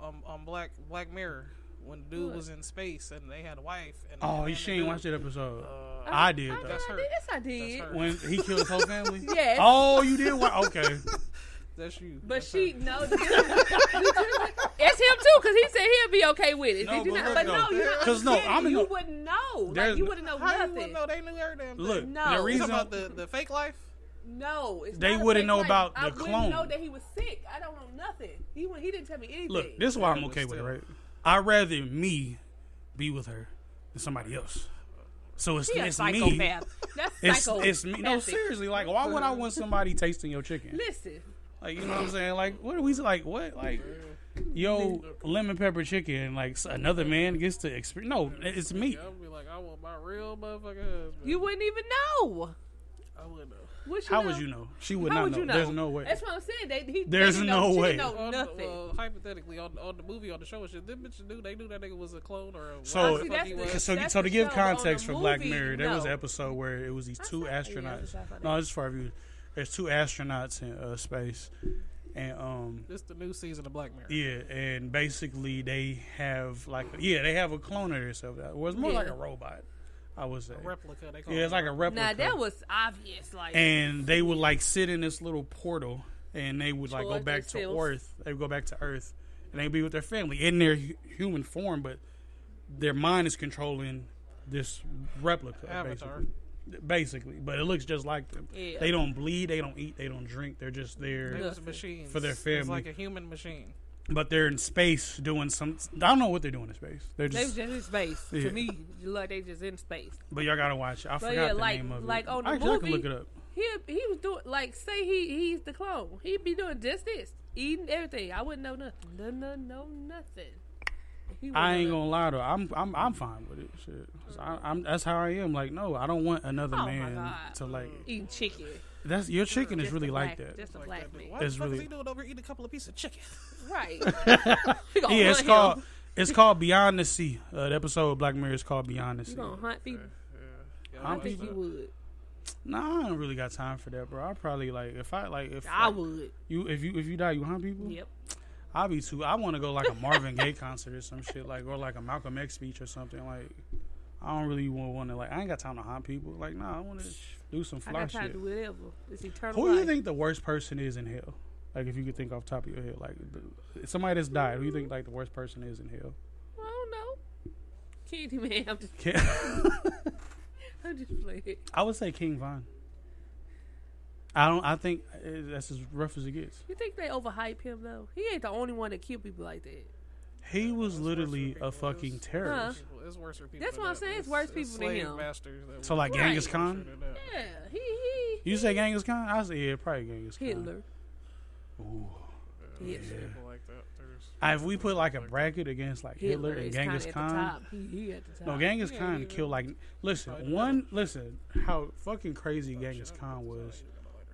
Speaker 9: uh, um, um Black Black Mirror when the dude
Speaker 11: What?
Speaker 9: was in space and they had a wife. And
Speaker 7: Oh,
Speaker 9: and
Speaker 7: you
Speaker 9: the
Speaker 7: she ain't
Speaker 9: dude-
Speaker 7: watched that episode.
Speaker 9: Uh,
Speaker 7: I did
Speaker 11: I
Speaker 7: though.
Speaker 9: That's her.
Speaker 11: Yes, I did.
Speaker 7: When he killed his whole family.
Speaker 11: Yes.
Speaker 7: Oh, you did. Wa- okay.
Speaker 9: That's you.
Speaker 11: But she no. it's [LAUGHS] him too, cause he said he'll be okay with it. Did
Speaker 7: No,
Speaker 11: you
Speaker 7: but
Speaker 11: not?
Speaker 7: look,
Speaker 11: But
Speaker 7: though.
Speaker 11: no, you're not.
Speaker 7: 'Cause no,
Speaker 11: kidding.
Speaker 7: I'm in
Speaker 11: you
Speaker 7: the-
Speaker 11: wouldn't know. Like
Speaker 7: There's
Speaker 11: you
Speaker 7: no-
Speaker 11: wouldn't know
Speaker 9: How you
Speaker 11: nothing.
Speaker 9: wouldn't know? They knew every damn thing.
Speaker 7: Look,
Speaker 11: No.
Speaker 7: the
Speaker 9: You
Speaker 7: reason
Speaker 9: talking about the, the fake life?
Speaker 11: No, it's
Speaker 7: They
Speaker 11: not a
Speaker 7: wouldn't
Speaker 11: fake
Speaker 7: know
Speaker 11: life.
Speaker 7: about
Speaker 11: I
Speaker 7: the
Speaker 11: wouldn't
Speaker 7: clone.
Speaker 11: know that he was sick. I don't know nothing. He wa- he didn't tell me anything.
Speaker 7: Look, this is why I'm okay with it, right? I'd rather me be with her than somebody else. So it's,
Speaker 11: She a
Speaker 7: it's me.
Speaker 11: psychopath. That's
Speaker 7: It's,
Speaker 11: psycho.
Speaker 7: it's me. No, seriously. Like, why would I
Speaker 9: [LAUGHS]
Speaker 7: want somebody tasting your chicken?
Speaker 11: Listen,
Speaker 7: Like, you know what I'm saying? Like, what are we like? What like? Yo,
Speaker 9: Uh,
Speaker 7: lemon pepper chicken. Like, s- another man gets to experience. No, it's me.
Speaker 9: I would be like, I want my real motherfucker husband.
Speaker 11: you wouldn't even know.
Speaker 9: I wouldn't know.
Speaker 11: Would you
Speaker 7: How
Speaker 11: know?
Speaker 7: would you know? She would
Speaker 11: How
Speaker 7: not
Speaker 11: would
Speaker 7: know.
Speaker 11: you know?
Speaker 7: There's no way.
Speaker 11: That's what I'm saying. They, he,
Speaker 7: There's
Speaker 11: they didn't
Speaker 7: no
Speaker 11: know, she
Speaker 7: way.
Speaker 11: didn't know
Speaker 9: On the-
Speaker 11: nothing.
Speaker 9: well, hypothetically, on, on the movie, on the show, and shit, them bitches knew they knew that nigga was a clone or a
Speaker 7: So,
Speaker 9: whatever the fuck he was.
Speaker 7: so, so,
Speaker 11: that's
Speaker 7: to
Speaker 11: the
Speaker 7: give
Speaker 11: show, but on
Speaker 7: context
Speaker 11: the
Speaker 7: for Black
Speaker 11: movie,
Speaker 7: Mirror, there was an
Speaker 11: no.
Speaker 7: episode where it was these two astronauts.
Speaker 11: I thought
Speaker 7: no, it's for you. There's two astronauts in uh, space, and um,
Speaker 9: This the new season of Black Mirror.
Speaker 7: yeah, and basically they have like, yeah, they have a clone of themselves. It was more like
Speaker 11: Yeah.
Speaker 7: a robot, I would say.
Speaker 9: Replica. They call
Speaker 7: Yeah, it's like a replica.
Speaker 11: Now that was obvious. Like
Speaker 7: and they would like sit in this little portal and they would like go
Speaker 11: Towards
Speaker 7: back to
Speaker 11: themselves.
Speaker 7: earth they would go back to earth and they'd be with their family in their hu- human form but their mind is controlling this replica
Speaker 9: Avatar.
Speaker 7: uh, basically basically but it looks just like them
Speaker 9: Yeah.
Speaker 7: they don't bleed they don't eat they don't drink they're just
Speaker 9: They
Speaker 7: there
Speaker 9: was machines
Speaker 7: for their
Speaker 9: It's
Speaker 7: family
Speaker 9: like a human machine.
Speaker 7: but they're in space doing some i don't know what they're doing in space they're
Speaker 11: they was just
Speaker 7: just
Speaker 11: in space.
Speaker 7: Yeah.
Speaker 11: To me, like they just in space.
Speaker 7: but y'all gotta watch it. i
Speaker 11: But
Speaker 7: forgot
Speaker 11: yeah,
Speaker 7: the
Speaker 11: like-
Speaker 7: name of it
Speaker 11: like on the
Speaker 7: Actually, i
Speaker 11: movie-
Speaker 7: can look it up
Speaker 11: He he was doing like say he he's the clone. He'd be doing just this, eating everything. I wouldn't know nothing. No no no nothing. He
Speaker 7: I
Speaker 11: wouldn't
Speaker 7: ain't
Speaker 11: know
Speaker 7: gonna lie though. I'm I'm I'm fine with it. Shit, 'Cause I, I'm that's how I am. Like, no, I don't want another
Speaker 11: Oh, my
Speaker 7: man
Speaker 11: God.
Speaker 7: to like.
Speaker 11: nothing. eating chicken.
Speaker 7: That's your chicken is really
Speaker 11: a
Speaker 7: like
Speaker 11: black-
Speaker 7: that.
Speaker 11: Just a black man.
Speaker 9: Why
Speaker 7: It's
Speaker 9: the fuck
Speaker 7: really-
Speaker 9: is he doing over here eating a couple of pieces of chicken?
Speaker 11: [LAUGHS]
Speaker 9: [LAUGHS]
Speaker 11: Right. gonna
Speaker 7: yeah, it's
Speaker 11: hunt him.
Speaker 7: called it's called Beyond the Sea. Uh, the episode of Black Mirror is called Beyond the
Speaker 11: You
Speaker 7: Sea.
Speaker 11: gonna hunt people?
Speaker 7: I
Speaker 11: I
Speaker 7: don't
Speaker 11: think
Speaker 7: think
Speaker 11: you would.
Speaker 7: Nah, I don't really got time for that, bro. I probably like if I like if
Speaker 11: I
Speaker 7: like,
Speaker 11: would.
Speaker 7: You if you if you die, you hunt people.
Speaker 11: Yep.
Speaker 7: I'll be too. I want to go like a Marvin Gaye concert or some shit like or like a Malcolm X speech or something [LAUGHS] like. I don't really want to like. I ain't got time to hunt people. Like, nah, I want to do some
Speaker 11: I
Speaker 7: fly
Speaker 11: got
Speaker 7: shit.
Speaker 11: time to do whatever. It's eternal.
Speaker 7: Who do you
Speaker 11: life.
Speaker 7: think the worst person is in hell? Like, if you could think off the top of your head, like th- somebody that's died, who you think like the worst person is in hell?
Speaker 11: I don't know. Kitty man, I'm just,
Speaker 7: King,
Speaker 11: I'm just playing.
Speaker 7: I would say King Von. I don't. I think uh, that's as rough as it gets.
Speaker 11: You think they overhype him though? He ain't the only one that kill people like that.
Speaker 7: He was literally a fucking terrorist.
Speaker 11: Huh?
Speaker 9: It's worse for people.
Speaker 11: That's
Speaker 9: than
Speaker 11: what I'm
Speaker 9: that.
Speaker 11: saying. It's
Speaker 9: It's-
Speaker 11: worse
Speaker 9: it's
Speaker 11: people than
Speaker 9: slave
Speaker 11: him.
Speaker 9: masters that
Speaker 7: So
Speaker 9: were-
Speaker 7: like
Speaker 11: Right.
Speaker 7: Genghis Khan.
Speaker 11: Yeah, he he
Speaker 7: You say Genghis Khan? I say yeah, probably Genghis Khan.
Speaker 11: Hitler.
Speaker 7: Ooh.
Speaker 11: Yeah.
Speaker 9: People like that. There's-
Speaker 7: Uh, If we put like a bracket against like Hitler,
Speaker 11: is
Speaker 7: and
Speaker 11: kinda
Speaker 7: Genghis
Speaker 11: at the
Speaker 7: Khan,
Speaker 11: top. He, he at the top.
Speaker 7: No, Genghis
Speaker 11: Yeah,
Speaker 7: Khan
Speaker 11: he-
Speaker 7: killed like listen one listen how fucking crazy Genghis Khan was.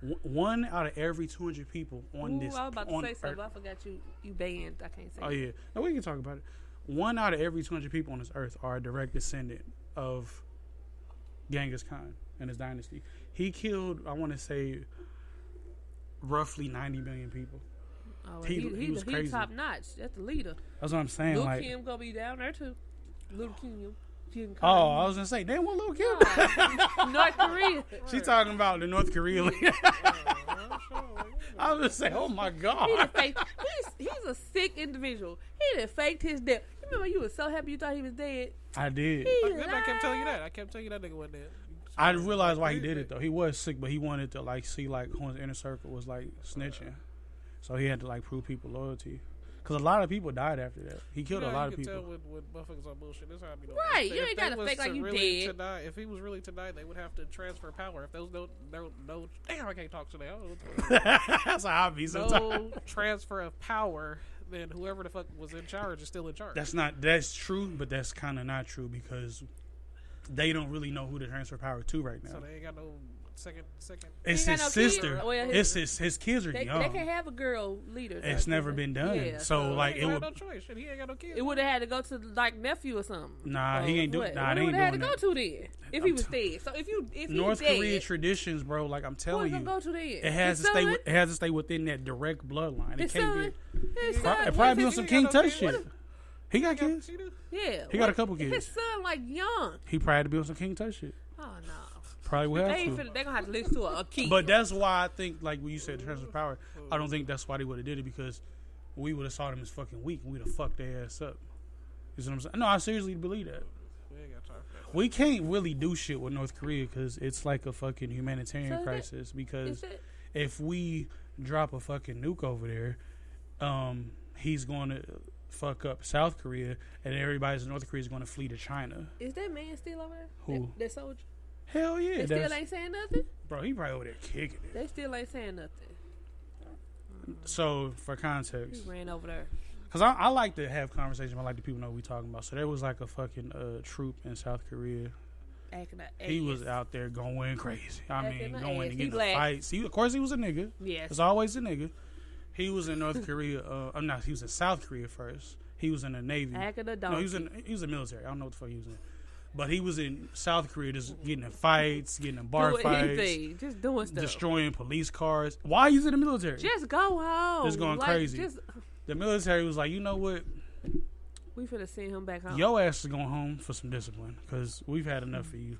Speaker 10: w- one out of every 200 people on
Speaker 11: Ooh,
Speaker 10: this.
Speaker 11: I was about to
Speaker 10: on
Speaker 11: say
Speaker 10: Earth-
Speaker 11: something. but I forgot you. You banned. I can't say.
Speaker 10: Oh
Speaker 11: it.
Speaker 10: yeah, no, we can talk about it. One out of every 200 people on this earth are a direct descendant of Genghis Khan and his dynasty. He killed, I want to say, roughly 90 million people.
Speaker 11: Oh,
Speaker 10: he, he
Speaker 11: the-
Speaker 10: was crazy.
Speaker 11: top notch. That's the leader.
Speaker 10: That's what I'm saying,
Speaker 11: Lil
Speaker 10: like-
Speaker 11: Kim gonna be down there too. Little Kim. Kim
Speaker 10: Oh, I was gonna say they want little Kim.
Speaker 11: North Korea.
Speaker 10: She talking about the North Korea. leader. I was just saying, oh my
Speaker 11: He
Speaker 10: god.
Speaker 11: done faked, he's, he's a sick individual. He done faked his death. You remember you were so happy you thought he was dead.
Speaker 10: I did.
Speaker 11: He
Speaker 12: Remember I kept telling you that. I kept telling you that nigga wasn't dead.
Speaker 10: I realized why he did it though. He was sick, but he wanted to like see like who in his inner circle was like snitching, so he had to like prove people loyalty. Because a lot of people died after that. He killed
Speaker 12: You know
Speaker 10: a
Speaker 12: how
Speaker 10: lot
Speaker 12: you
Speaker 10: of
Speaker 12: can
Speaker 10: people.
Speaker 12: Tell when, when motherfuckers on bullshit. That's how I be knowing.
Speaker 11: Right,
Speaker 12: If they-
Speaker 11: you
Speaker 12: if
Speaker 11: ain't
Speaker 12: they
Speaker 11: gotta
Speaker 12: was
Speaker 11: fake
Speaker 12: to
Speaker 11: like you
Speaker 12: really
Speaker 11: dead.
Speaker 12: To die, if he was really to die, they would have to transfer power. If there was no, no, no damn, I can't talk today. I don't know what the-
Speaker 10: That's how I be
Speaker 12: No
Speaker 10: sometimes.
Speaker 12: transfer of power. Then whoever the fuck was in charge is still in charge.
Speaker 10: That's not that's true, but that's kind of not true because they don't really know who to transfer power to right now.
Speaker 12: So they ain't got no second, second.
Speaker 10: It's his sister. it's his his kids are
Speaker 11: Oh, They,
Speaker 10: young.
Speaker 11: they can't have a girl leader.
Speaker 10: It's never been done. So, like, it
Speaker 11: would.
Speaker 10: would-
Speaker 12: No choice. Shit, he ain't got no kids.
Speaker 11: It would have had to go to like nephew or something.
Speaker 10: Nah, he ain't do-
Speaker 11: What?
Speaker 10: nah,
Speaker 11: What
Speaker 10: they
Speaker 11: it
Speaker 10: ain't
Speaker 11: would have had to
Speaker 10: doing
Speaker 11: go to then if he was dead. So if you if
Speaker 10: North
Speaker 11: he's dead,
Speaker 10: Korea traditions, bro. Like I'm telling
Speaker 11: gonna
Speaker 10: you,
Speaker 11: go to then?
Speaker 10: it has
Speaker 11: His
Speaker 10: to stay.
Speaker 11: son?
Speaker 10: wi- It has to stay within that direct bloodline.
Speaker 11: his
Speaker 10: it can't
Speaker 11: son, his
Speaker 10: be. Pro-
Speaker 11: son,
Speaker 10: it probably be on
Speaker 11: what
Speaker 10: some
Speaker 11: if he
Speaker 10: King
Speaker 11: got no
Speaker 10: Tut
Speaker 11: kids?
Speaker 10: shit. He got kids.
Speaker 11: Yeah,
Speaker 10: He got a
Speaker 11: what-
Speaker 10: couple kids.
Speaker 11: His son like young.
Speaker 10: He probably be on some King Tut shit.
Speaker 11: Oh no,
Speaker 10: Probably will
Speaker 11: they
Speaker 10: have
Speaker 11: ain't
Speaker 10: to.
Speaker 11: finna, they gonna have to listen to a, a kid.
Speaker 10: But that's why I think, like when you said transfer power, I don't think that's why they would have did it because we would have saw them as fucking weak. We'd have fucked their ass up. You see what I'm saying? No, I seriously believe that.
Speaker 12: We ain't got time for that.
Speaker 10: We can't really do shit with North Korea because it's like a fucking humanitarian
Speaker 12: So is that-
Speaker 10: crisis.
Speaker 12: is
Speaker 10: because
Speaker 12: that-
Speaker 10: if we drop a fucking nuke over there, um, he's going to fuck up South Korea, and everybody's in North Korea is going to flee to China.
Speaker 11: is that man still over there?
Speaker 10: Who?
Speaker 11: That, that soldier?
Speaker 10: Hell Oh, yeah,
Speaker 11: they still
Speaker 10: that's-
Speaker 11: ain't saying nothing.
Speaker 10: Bro, he probably over there kicking it.
Speaker 11: They still ain't saying nothing.
Speaker 10: So for context,
Speaker 11: He ran over there.
Speaker 10: Cause I, I like to have conversations. I like the people know what we talking about. So there was like a fucking uh, troop in South Korea.
Speaker 11: Acting a
Speaker 10: He
Speaker 11: ass.
Speaker 10: was out there going crazy. I
Speaker 11: Acting
Speaker 10: mean,
Speaker 11: a
Speaker 10: going
Speaker 11: ass.
Speaker 10: to
Speaker 11: He
Speaker 10: get in
Speaker 11: black.
Speaker 10: fights. He, of course, he was a nigga.
Speaker 11: Yes.
Speaker 10: it's always a nigga. He was in North Korea. Uh, I'm not. He was in South Korea first. He was in the Navy.
Speaker 11: Acting a
Speaker 10: No, he was in. He was in military. I don't know what the fuck he was in. But he was in South Korea, just getting in fights, getting in bar
Speaker 11: Doing
Speaker 10: fights,
Speaker 11: anything, just doing stuff.
Speaker 10: destroying police cars. Why he's in the military?
Speaker 11: Just go home.
Speaker 10: It's going
Speaker 11: Oh, Like,
Speaker 10: crazy.
Speaker 11: Just,
Speaker 10: the military was like, you know what?
Speaker 11: we finna send him back home. Mm-hmm.
Speaker 10: Yo ass is going home for some discipline because we've had enough of you.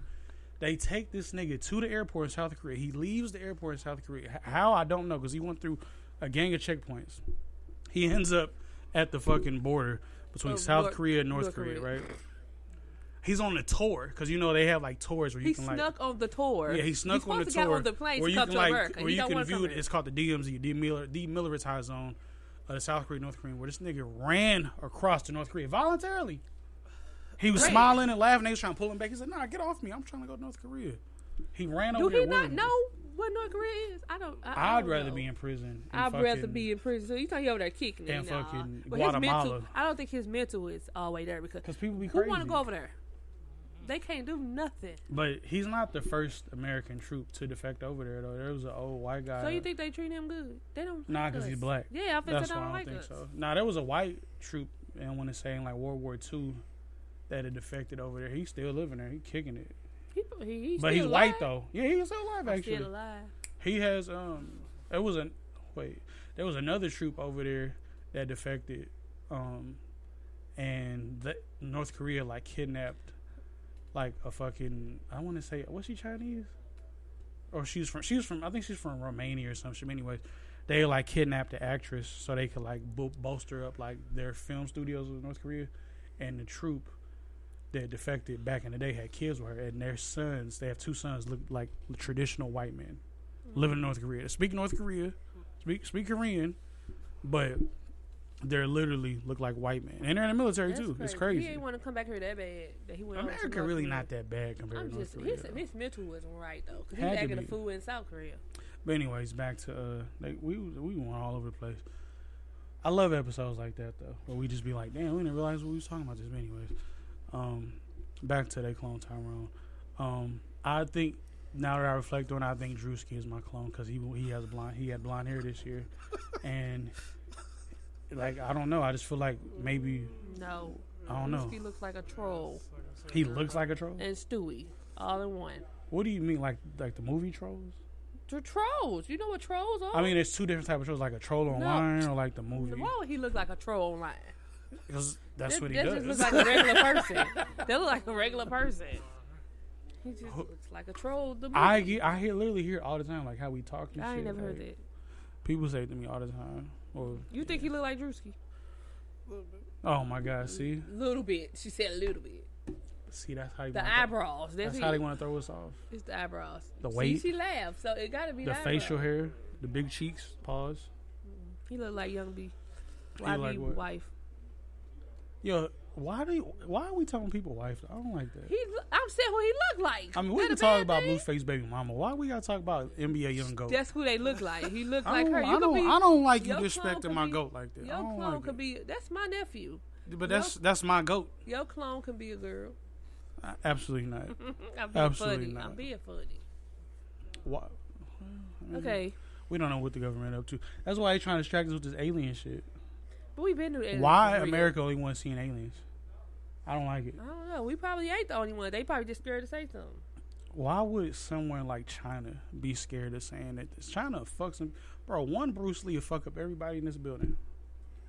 Speaker 10: They take this nigga to the airport in South Korea. He leaves the airport in South Korea. H- How I don't know because he went through a gang of checkpoints. He ends up at the fucking border between
Speaker 11: Of
Speaker 10: South
Speaker 11: North-
Speaker 10: Korea and North,
Speaker 11: North
Speaker 10: Korea,
Speaker 11: Korea.
Speaker 10: right? He's on a tour because you know they have like tours where you
Speaker 11: He
Speaker 10: can like
Speaker 11: snuck on the tour.
Speaker 10: yeah, he snuck
Speaker 11: He's
Speaker 10: on the
Speaker 11: supposed to get
Speaker 10: tour
Speaker 11: on the plane
Speaker 10: where
Speaker 11: to
Speaker 10: you
Speaker 11: come
Speaker 10: can
Speaker 11: to
Speaker 10: like
Speaker 11: America.
Speaker 10: where
Speaker 11: He
Speaker 10: you
Speaker 11: don't
Speaker 10: can
Speaker 11: wanna
Speaker 10: view
Speaker 11: come
Speaker 10: it.
Speaker 11: here.
Speaker 10: It's called the DMZ, demilitarized demilitarized zone of the South Korea North Korea, where this nigga ran across to North Korea voluntarily. He was
Speaker 11: Ran.
Speaker 10: smiling and laughing. They was trying to pull him back. He said, "Nah, get off me! I'm trying to go to North Korea." He ran
Speaker 11: Do
Speaker 10: over.
Speaker 11: he
Speaker 10: there with
Speaker 11: not
Speaker 10: him.
Speaker 11: know what North Korea is? I don't. I, I
Speaker 10: I'd
Speaker 11: don't
Speaker 10: rather
Speaker 11: know.
Speaker 10: be in prison. and
Speaker 11: I'd rather
Speaker 10: fucking-
Speaker 11: be in prison. So you thought you over there kicking it?
Speaker 10: and
Speaker 11: nah.
Speaker 10: fucking
Speaker 11: But his mental-
Speaker 10: Guatemala.
Speaker 11: I don't think his mental is all the way there because
Speaker 10: people be
Speaker 11: Who want
Speaker 10: crazy.
Speaker 11: to go over there? They can't do nothing.
Speaker 10: But he's not the first American troop to defect over there though. There was an old white guy.
Speaker 11: so you think they treat him good? They don't.
Speaker 10: Nah,
Speaker 11: like
Speaker 10: because he's
Speaker 11: us.
Speaker 10: black.
Speaker 11: Yeah, I think
Speaker 10: That's
Speaker 11: they
Speaker 10: why
Speaker 11: don't
Speaker 10: I
Speaker 11: like
Speaker 10: don't think
Speaker 11: us.
Speaker 10: so. Nah, there was a white troop, and when it's saying like World War II, that had defected over there. He's still living there. He kicking it,
Speaker 11: He, he,
Speaker 10: but
Speaker 11: still
Speaker 10: he's white
Speaker 11: alive.
Speaker 10: though. Yeah, he's still alive
Speaker 11: I'm
Speaker 10: actually.
Speaker 11: Still alive.
Speaker 10: He has um. There was an wait. There was another troop over there that defected, um, and that North Korea like kidnapped, like a fucking. I want to say was she Chinese? Or she's from she was from I think she's from Romania or some shit. Anyways, they like kidnapped the actress so they could like bo- bolster up like their film studios in North Korea, and the troop that defected back in the day had kids with her, and their sons, they have two sons, look like traditional white men, living in North Korea. They speak North Korea, speak speak Korean, but they're literally look like white men, and they're in the military
Speaker 11: That's
Speaker 10: too. It's
Speaker 11: He
Speaker 10: crazy.
Speaker 11: ain't want to come back here that bad. That he went over to
Speaker 10: America
Speaker 11: North
Speaker 10: really
Speaker 11: Korea.
Speaker 10: not that bad compared
Speaker 11: I'm
Speaker 10: to North
Speaker 11: just
Speaker 10: Korea.
Speaker 11: his, his mental wasn't right though because he
Speaker 10: Had
Speaker 11: was
Speaker 10: to
Speaker 11: acting a
Speaker 10: be.
Speaker 11: fool in South Korea.
Speaker 10: But anyways, back to uh, like we we went all over the place. I love episodes like that though, where we just be like, damn, we didn't realize what we was talking about. This, but anyways, um, back to that clone Tyrone. Um, I think now that I reflect on, it, I think Drewski is my clone because he he has blonde he had blonde hair this year, and like I don't know, I just feel like maybe
Speaker 11: No.
Speaker 10: I don't know.
Speaker 11: He looks like a troll.
Speaker 10: He looks like a troll.
Speaker 11: And Stewie, all in one.
Speaker 10: What do you mean, like like the movie trolls?
Speaker 11: They're trolls. You know what trolls are?
Speaker 10: I mean, there's two different type of trolls, like a troll online or like the movie.
Speaker 11: Why would he look like a troll online?
Speaker 10: 'Cause that's
Speaker 11: That-
Speaker 10: what he
Speaker 11: that
Speaker 10: does.
Speaker 11: just looks like a regular
Speaker 10: [LAUGHS]
Speaker 11: person. they look like a regular person. He just looks like a troll. The
Speaker 10: I
Speaker 11: movie.
Speaker 10: get, I hear literally hear all the time like how we talk and
Speaker 11: I ain't
Speaker 10: shit.
Speaker 11: never heard
Speaker 10: like,
Speaker 11: that.
Speaker 10: People say it to me all the time. Or
Speaker 11: You think he look like Drewski?
Speaker 10: oh my god, see,
Speaker 11: Little bit. She said a little bit.
Speaker 10: see that's how you
Speaker 11: The
Speaker 10: wanna throw-
Speaker 11: eyebrows, that's
Speaker 10: That's, how they
Speaker 11: it.
Speaker 10: want to throw us off.
Speaker 11: It's the eyebrows.
Speaker 10: The
Speaker 11: See,
Speaker 10: weight.
Speaker 11: she laughed, so it gotta be
Speaker 10: The
Speaker 11: eyebrows.
Speaker 10: facial hair, the big cheeks, paws.
Speaker 11: He look like Young B.
Speaker 10: He
Speaker 11: YB
Speaker 10: like what?
Speaker 11: wife.
Speaker 10: Yo, why do you, why are we telling people wife? I don't like that.
Speaker 11: He. look- I'm saying who he look like.
Speaker 10: I mean, we
Speaker 11: That
Speaker 10: can
Speaker 11: a
Speaker 10: talk
Speaker 11: bad
Speaker 10: about
Speaker 11: thing?
Speaker 10: Blueface Baby Mama. Why we gotta talk about NBA Young Goat?
Speaker 11: That's who they look like. He looked
Speaker 10: I
Speaker 11: like
Speaker 10: don't,
Speaker 11: her. You
Speaker 10: I
Speaker 11: could
Speaker 10: don't,
Speaker 11: be-
Speaker 10: I don't like you
Speaker 11: your clone could
Speaker 10: disrespecting my
Speaker 11: be-
Speaker 10: goat like that. I
Speaker 11: Your
Speaker 10: don't
Speaker 11: clone
Speaker 10: like
Speaker 11: could be. That's my nephew.
Speaker 10: it. But that's that's my goat.
Speaker 11: your, your clone could be a girl.
Speaker 10: I- Absolutely not.
Speaker 11: [LAUGHS] I'm being
Speaker 10: Absolutely
Speaker 11: funny.
Speaker 10: not.
Speaker 11: I'm being funny.
Speaker 10: Why-
Speaker 11: Okay,
Speaker 10: We don't know what the government up to. That's why they trying to distract us with this alien shit.
Speaker 11: but we've been through. aliens
Speaker 10: Why
Speaker 11: for real.
Speaker 10: America only wants seeing aliens? I don't like it.
Speaker 11: I don't know. We probably ain't the only one. They probably just scared to say something.
Speaker 10: Why would someone like China be scared of saying that this? China fucks them, bro. One Bruce Lee will fuck up everybody in this building.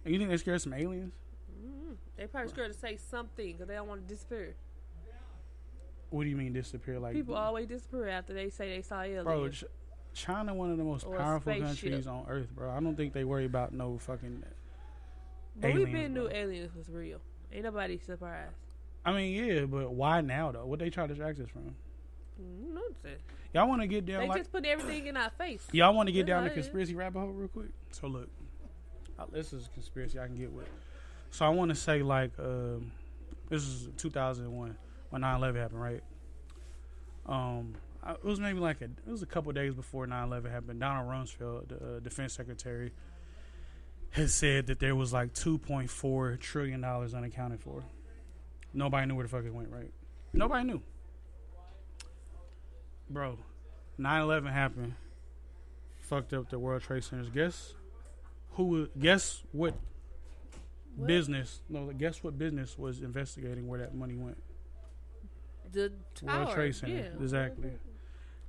Speaker 10: And you think they're scared of some aliens?
Speaker 11: mm They probably scared to say something because they don't want to disappear.
Speaker 10: What do you mean disappear? Like
Speaker 11: People always disappear after they say they saw aliens.
Speaker 10: bro, Ch- China one of the most
Speaker 11: Or a
Speaker 10: powerful
Speaker 11: spaceship.
Speaker 10: countries on earth, bro. I don't think they worry about no fucking.
Speaker 11: but
Speaker 10: aliens,
Speaker 11: we been
Speaker 10: bro.
Speaker 11: knew aliens was real. Ain't nobody surprised.
Speaker 10: I mean, yeah, but why now though? What they try to distract us from?
Speaker 11: Mm, You know what I'm saying?
Speaker 10: Y'all want to get down
Speaker 11: They
Speaker 10: like
Speaker 11: just put everything in our face.
Speaker 10: Y'all want to get
Speaker 11: That's
Speaker 10: down
Speaker 11: how
Speaker 10: the
Speaker 11: it is.
Speaker 10: conspiracy rabbit hole real quick? So look, uh, this is a conspiracy I can get with. So I want to say like um, this is 2001 when 9/11 happened, right? Um, I, it was maybe like a it was a couple days before 9/11 happened. Donald Rumsfeld, the uh, defense secretary, had said that there was like 2.4 trillion dollars unaccounted for. Nobody knew where the fuck it went, right? Nobody knew. Bro, 9/11 happened. Fucked up the World Trade Centers. Guess who? Guess what, business? No, guess what business was investigating where that money went?
Speaker 11: The tower.
Speaker 10: World Trade Center.
Speaker 11: Yeah.
Speaker 10: Exactly.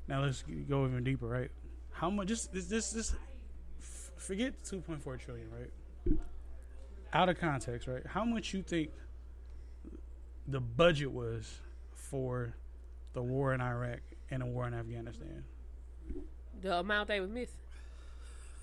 Speaker 10: Now let's g- go even deeper, right? How much? Just this, this, this. f- Forget two point four trillion, right? Out of context, right? How much you think the budget was for the war in Iraq and the war in Afghanistan?
Speaker 11: The amount they was missing.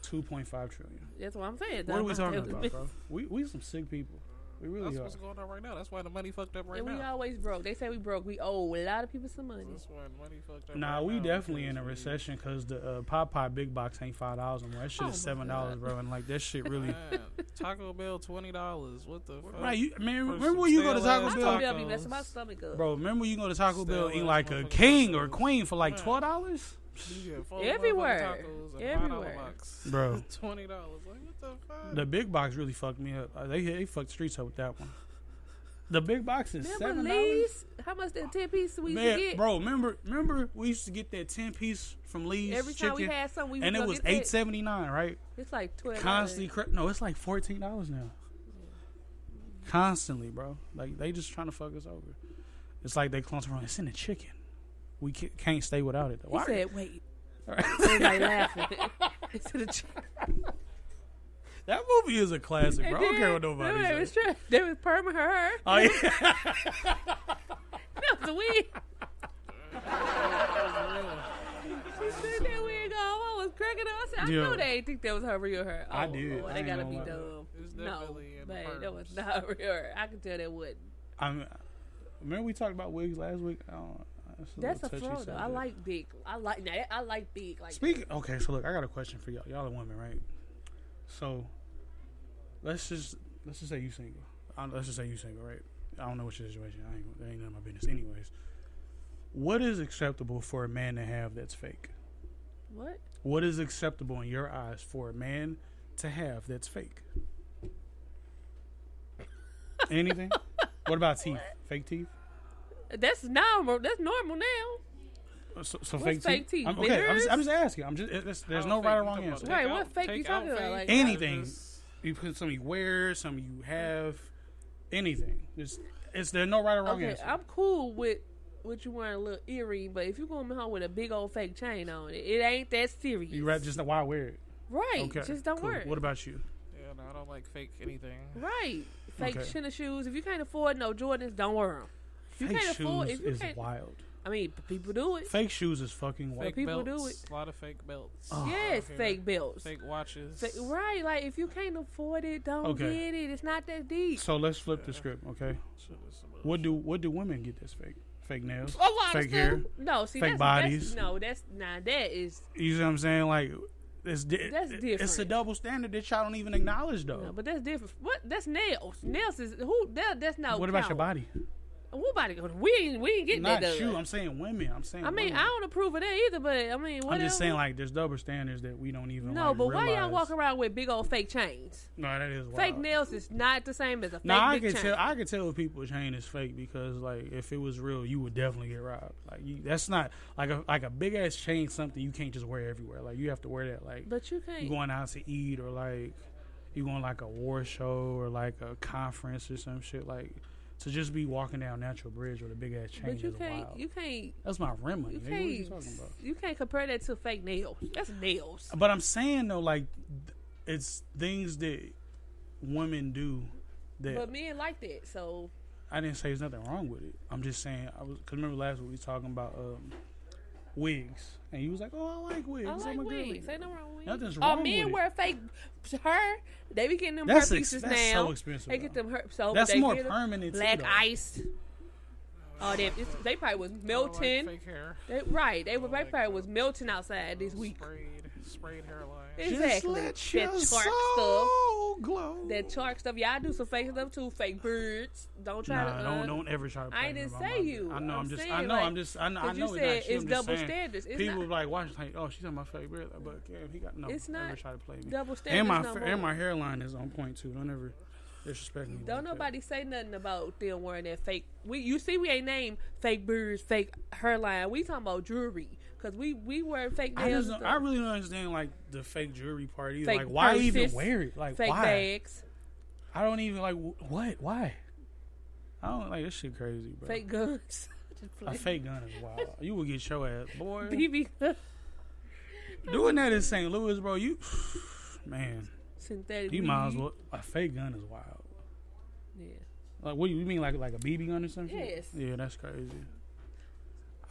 Speaker 10: Two point five trillion.
Speaker 11: That's what I'm saying. The
Speaker 10: What are we
Speaker 11: amount
Speaker 10: talking
Speaker 11: they was
Speaker 10: about,
Speaker 11: missing.
Speaker 10: bro? We we some sick people. We really
Speaker 12: That's
Speaker 10: are.
Speaker 12: what's going on right now. That's why the money fucked up right
Speaker 11: and
Speaker 12: now.
Speaker 11: we always broke. They say we broke. We owe a lot of people some money.
Speaker 12: That's why the money fucked up.
Speaker 10: Nah,
Speaker 12: right
Speaker 10: we
Speaker 12: now
Speaker 10: definitely in a
Speaker 12: because we-
Speaker 10: recession because the uh, Popeye big box ain't five dollars anymore. That shit
Speaker 12: Oh
Speaker 10: is
Speaker 12: my
Speaker 10: seven
Speaker 12: God.
Speaker 10: dollars, bro. And like that shit
Speaker 12: [LAUGHS]
Speaker 10: really.
Speaker 12: Man, Taco Bell twenty dollars. What the fuck?
Speaker 10: Right, you, man.
Speaker 12: For
Speaker 10: Remember
Speaker 12: some
Speaker 10: when you go to
Speaker 12: stale-ass
Speaker 10: Taco Bell?
Speaker 11: Taco Bell be messing my stomach up.
Speaker 10: Bro, remember when you go to Taco Bell
Speaker 12: Stale-ass
Speaker 10: eat like a
Speaker 12: motherfucking
Speaker 10: king or queen for like
Speaker 12: Man.
Speaker 10: twelve dollars?
Speaker 12: You get four motherfucking
Speaker 11: Everywhere.
Speaker 12: tacos and
Speaker 11: Everywhere.
Speaker 12: $5 box.
Speaker 10: Bro.
Speaker 12: [LAUGHS] twenty dollars. Like what the fuck?
Speaker 10: The big box really fucked me up. Uh, They they fucked the streets up with that one. The big box is
Speaker 11: Remember
Speaker 10: seven dollars.
Speaker 11: Lee's? How much that ten piece we used to
Speaker 10: Man,
Speaker 11: get?
Speaker 10: bro, remember remember we used to get that ten piece from Lee's
Speaker 11: Every
Speaker 10: chicken,
Speaker 11: time we had something, we would
Speaker 10: and
Speaker 11: go
Speaker 10: it was
Speaker 11: get that.
Speaker 10: eight seventy nine, right?
Speaker 11: It's like twelve.
Speaker 10: Constantly, cra- no, it's like fourteen dollars now. Constantly, bro. Like they just trying to fuck us over. It's like they clones around. It's in the chicken. We ca- can't stay without it. Though.
Speaker 11: He
Speaker 10: Why-
Speaker 11: said, "Wait."
Speaker 10: All right.
Speaker 11: Everybody laughing. It's in the chicken.
Speaker 10: That movie is a classic, bro. I don't care what nobody
Speaker 11: They
Speaker 10: says.
Speaker 11: was, trying, they was perming her.
Speaker 10: Oh yeah.
Speaker 11: That was a wig. she said that wig off. I was cracking up. I said, I
Speaker 10: Yeah.
Speaker 11: know they did think that was her real hair.
Speaker 10: I
Speaker 11: Oh,
Speaker 10: did.
Speaker 11: Lord,
Speaker 10: I
Speaker 11: they
Speaker 10: ain't
Speaker 11: gotta
Speaker 10: gonna
Speaker 11: be
Speaker 10: lie.
Speaker 11: dumb.
Speaker 12: It's
Speaker 11: No,
Speaker 12: definitely in the
Speaker 11: babe, that was
Speaker 12: perms.
Speaker 11: not [LAUGHS] real hair. I could tell that wasn't.
Speaker 10: I'm. Remember we talked about wigs last week. I don't,
Speaker 11: That's a
Speaker 10: little touchy
Speaker 11: throw though. I
Speaker 10: subject.
Speaker 11: like big. I like now. that- I like big. Like
Speaker 10: Speak. Okay, so look, I got a question for y'all. Y'all are women, right? So let's just let's just say you single. I, let's just say you single, right? I don't know what your situation. I ain't, that ain't none of my business. Anyways, what is acceptable for a man to have that's fake?
Speaker 11: what?
Speaker 10: What is acceptable in your eyes for a man to have that's fake? Anything? what about teeth? Fake teeth?
Speaker 11: That's normal. That's normal now.
Speaker 10: So, so
Speaker 7: What's
Speaker 10: fake,
Speaker 7: fake
Speaker 10: tea?
Speaker 7: tea?
Speaker 10: I'm, okay, I'm just, I'm
Speaker 7: Bitters?
Speaker 10: just asking. I'm just it- it's, there's
Speaker 7: don't
Speaker 10: no
Speaker 7: think
Speaker 10: right or
Speaker 7: you
Speaker 10: wrong
Speaker 7: talking about
Speaker 10: answer.
Speaker 7: Right, what fake you
Speaker 9: take
Speaker 7: talking
Speaker 9: out
Speaker 7: about?
Speaker 9: fake.
Speaker 7: Like,
Speaker 10: anything. You put some you wear, some you have, anything. It's it's there's no right or wrong
Speaker 7: Okay,
Speaker 10: answer.
Speaker 7: I'm cool with with you wearing a little earring, but if you going home with a big old fake chain on it, it ain't that serious.
Speaker 10: You rather just know why wear it.
Speaker 7: Right, just don't wear it.
Speaker 10: What about you?
Speaker 9: Yeah, no, I don't like fake anything.
Speaker 7: Right, fake
Speaker 10: Okay.
Speaker 7: chinna shoes. If you can't afford no Jordans, don't wear them. If you
Speaker 10: Fake
Speaker 7: can't afford,
Speaker 10: shoes
Speaker 7: if you
Speaker 10: is
Speaker 7: can't,
Speaker 10: wild.
Speaker 7: I mean, p- people do it.
Speaker 10: Fake shoes is fucking wild.
Speaker 9: Fake
Speaker 7: people do
Speaker 9: belts.
Speaker 7: it.
Speaker 9: A lot of fake belts.
Speaker 7: Oh. Yes,
Speaker 9: Here.
Speaker 7: fake belts.
Speaker 9: Fake watches.
Speaker 7: Fa- right, like if you can't afford it, don't
Speaker 10: Okay.
Speaker 7: get it. It's not that deep.
Speaker 10: So let's flip the script, okay? What do what do women get that's fake? Fake nails,
Speaker 7: a lot
Speaker 10: fake
Speaker 7: of
Speaker 10: hair,
Speaker 7: stuff. No, see,
Speaker 10: fake
Speaker 7: that's,
Speaker 10: bodies.
Speaker 7: That's, no, that's now that is
Speaker 10: You see what I'm saying? Like it's di-
Speaker 7: That's
Speaker 10: It's a
Speaker 7: different.
Speaker 10: double standard that y'all don't even acknowledge though.
Speaker 7: No, but that's different. What? That's nails. Nails is who? That, that's not.
Speaker 10: what about your
Speaker 7: count.
Speaker 10: body?
Speaker 7: What body? We ain't we ain't getting
Speaker 10: Not
Speaker 7: that.
Speaker 10: you.
Speaker 7: done.
Speaker 10: I'm saying women. I'm saying.
Speaker 7: I mean,
Speaker 10: women.
Speaker 7: I don't approve of that either. But I mean, whatever.
Speaker 10: I'm just saying like there's double standards that we don't even.
Speaker 7: No,
Speaker 10: like,
Speaker 7: but why y'all
Speaker 10: realize.
Speaker 7: walk around with big old fake chains?
Speaker 10: No, that is wild.
Speaker 7: Fake nails is not the same as a fake
Speaker 10: No, I
Speaker 7: big
Speaker 10: can
Speaker 7: chain.
Speaker 10: tell. I can tell if people's chain is fake because, like, if it was real, you would definitely get robbed. Like, you, that's not like a like a big ass chain. Something you can't just wear everywhere. Like, you have to wear that. Like,
Speaker 7: But you can't-
Speaker 10: You going out to eat or like you going like a war show or like a conference or some shit. Like, to just be walking down Natural Bridge with a big ass chain
Speaker 7: but you
Speaker 10: is
Speaker 7: can't.
Speaker 10: wild.
Speaker 7: You can't.
Speaker 10: that's my rent money. nigga.
Speaker 7: You
Speaker 10: What are you
Speaker 7: can't.
Speaker 10: talking about?
Speaker 7: You can't compare that to fake nails. That's nails.
Speaker 10: But I'm saying though, like, th- it's things that women do that
Speaker 7: But men like that, so
Speaker 10: I didn't say there's nothing wrong with it. I'm just saying I was because remember last week we was talking about um, wigs and you was like, oh, I like wigs.
Speaker 7: I like
Speaker 10: I'm a girl
Speaker 7: wigs. Ain't no wrong with
Speaker 10: Nothing's
Speaker 7: wigs.
Speaker 10: wrong
Speaker 7: Oh, men
Speaker 10: with it.
Speaker 7: wear fake her. They be getting them
Speaker 10: That's
Speaker 7: her
Speaker 10: ex-
Speaker 7: pieces
Speaker 10: that's
Speaker 7: now.
Speaker 10: so expensive,
Speaker 7: They get
Speaker 10: though.
Speaker 7: them her. So
Speaker 10: That's
Speaker 7: they
Speaker 10: more
Speaker 7: get them
Speaker 10: permanent, too,
Speaker 7: Black
Speaker 10: though.
Speaker 7: ice. Oh, they, it's, they probably was melting.
Speaker 9: fake hair.
Speaker 7: They, right, they, were they probably was melting outside this week.
Speaker 9: Sprayed hairline.
Speaker 7: Exactly.
Speaker 9: Just
Speaker 7: that
Speaker 9: let
Speaker 7: chalk
Speaker 9: your
Speaker 7: stuff. That chalk stuff. Y'all do some fake stuff too. Fake birds. Don't try
Speaker 10: Nah,
Speaker 7: to.
Speaker 10: don't
Speaker 7: uh,
Speaker 10: don't ever try to.
Speaker 7: I
Speaker 10: play
Speaker 7: ain't didn't
Speaker 10: about my
Speaker 7: say you.
Speaker 10: I know. I'm,
Speaker 7: I'm
Speaker 10: just. I
Speaker 7: saying,
Speaker 10: know.
Speaker 7: like,
Speaker 10: I'm just. I know. I
Speaker 7: 'cause you
Speaker 10: know
Speaker 7: said
Speaker 10: it's not. shit,
Speaker 7: it's
Speaker 10: I'm just
Speaker 7: double
Speaker 10: saying,
Speaker 7: standards. It's
Speaker 10: people
Speaker 7: not-
Speaker 10: like watching. Like, oh, she's on my favorite. But yeah, he got no.
Speaker 7: It's
Speaker 10: don't Ever
Speaker 7: not
Speaker 10: try to play me.
Speaker 7: double
Speaker 10: And
Speaker 7: standards
Speaker 10: my
Speaker 7: no
Speaker 10: fa-
Speaker 7: more.
Speaker 10: and my hairline is on point too. Don't ever disrespect me.
Speaker 7: Don't
Speaker 10: like that.
Speaker 7: nobody say nothing about them wearing that fake. We you see we ain't name fake birds, fake hairline. We talking about jewelry because we we wear fake
Speaker 10: I
Speaker 7: nails.
Speaker 10: just. Don't,
Speaker 7: and
Speaker 10: I
Speaker 7: stuff.
Speaker 10: really don't understand like the fake jewelry part either.
Speaker 7: Fake
Speaker 10: like, why even
Speaker 7: purses,
Speaker 10: wear it? Like,
Speaker 7: fake
Speaker 10: why?
Speaker 7: bags,
Speaker 10: I don't even like wh- what? Why? I don't like this shit crazy, bro.
Speaker 7: fake guns. Just
Speaker 10: a
Speaker 7: playing.
Speaker 10: fake gun is wild. You will get your ass, boy. [LAUGHS]
Speaker 7: [LAUGHS] BB gun.
Speaker 10: Doing that in St. Louis, bro. You, man.
Speaker 7: synthetic.
Speaker 10: You might as
Speaker 7: weed.
Speaker 10: well. A fake gun is wild.
Speaker 7: Yeah.
Speaker 10: Like, what do you mean, like like a BB gun or something?
Speaker 7: Yes.
Speaker 10: Yeah, that's crazy.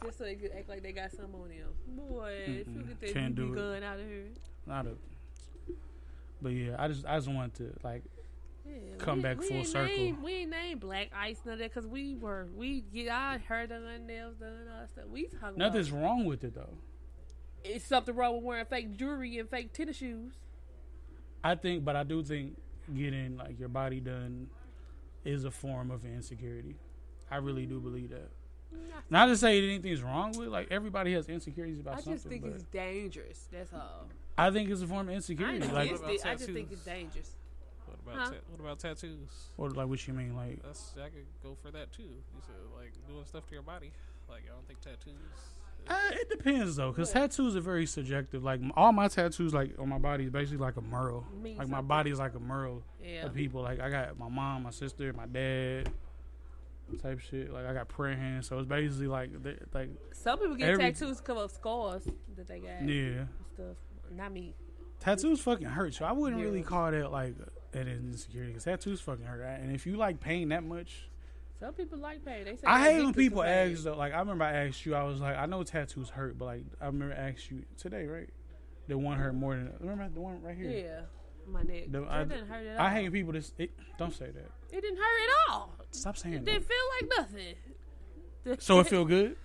Speaker 7: Just so they could act like they got some on them. Boy, if you
Speaker 10: Mm-mm.
Speaker 7: get that
Speaker 10: Can't do
Speaker 7: BB
Speaker 10: it.
Speaker 7: gun out of here.
Speaker 10: Not a. But yeah, I just I just wanted to like
Speaker 7: Yeah,
Speaker 10: come back full
Speaker 7: ain't
Speaker 10: circle.
Speaker 7: Name, we ain't named black ice none of that because we were we get our hair done, nails done, all that stuff. We talking
Speaker 10: Nothing's
Speaker 7: about
Speaker 10: wrong with it though.
Speaker 7: it's something wrong with wearing fake jewelry and fake tennis shoes.
Speaker 10: I think, but I do think getting like your body done is a form of insecurity. I really do believe that.
Speaker 7: Mm,
Speaker 10: Not to say that anything's wrong with it, like everybody has insecurities about
Speaker 7: I
Speaker 10: something.
Speaker 7: just think
Speaker 10: but
Speaker 7: it's dangerous. That's all.
Speaker 10: I think it's a form of
Speaker 7: I,
Speaker 10: insecurity.
Speaker 7: ain't
Speaker 10: like,
Speaker 7: against it. I just think it's dangerous.
Speaker 9: What
Speaker 7: Huh?
Speaker 9: about ta- what about tattoos?
Speaker 10: or like what you mean, like
Speaker 9: That's I could go for that too. You said like doing stuff to your body. Like I don't think tattoos.
Speaker 10: Uh, it depends though, because tattoos are very subjective. Like m- all my tattoos, like on my body, is basically like a mural.
Speaker 7: Mean
Speaker 10: like my
Speaker 7: something.
Speaker 10: body is like a mural
Speaker 7: Yeah.
Speaker 10: of people. Like I got my mom, my sister, my dad, type shit. Like I got prayer hands, so it's basically like they- like
Speaker 7: Some people get
Speaker 10: every-
Speaker 7: tattoos come up scars that they got.
Speaker 10: Yeah.
Speaker 7: and Stuff. Not me.
Speaker 10: Tattoos fucking hurt, so I wouldn't
Speaker 7: Yeah.
Speaker 10: really call that like an insecurity. Cause tattoos fucking hurt, and if you like pain that much,
Speaker 7: Some people like pain. They say
Speaker 10: I
Speaker 7: they
Speaker 10: hate when
Speaker 7: addicted to
Speaker 10: people
Speaker 7: pain.
Speaker 10: ask though. Like I remember I asked you, I was like, I know tattoos hurt, but like I remember I asked you today, right? The one hurt more than remember the one right here.
Speaker 7: Yeah, my neck.
Speaker 10: The-
Speaker 7: it
Speaker 10: I,
Speaker 7: didn't hurt at all.
Speaker 10: I hate when people just it, don't say that.
Speaker 7: It didn't hurt at all.
Speaker 10: Stop saying
Speaker 7: It
Speaker 10: that.
Speaker 7: didn't feel like nothing.
Speaker 10: So it
Speaker 7: [LAUGHS]
Speaker 10: feel good.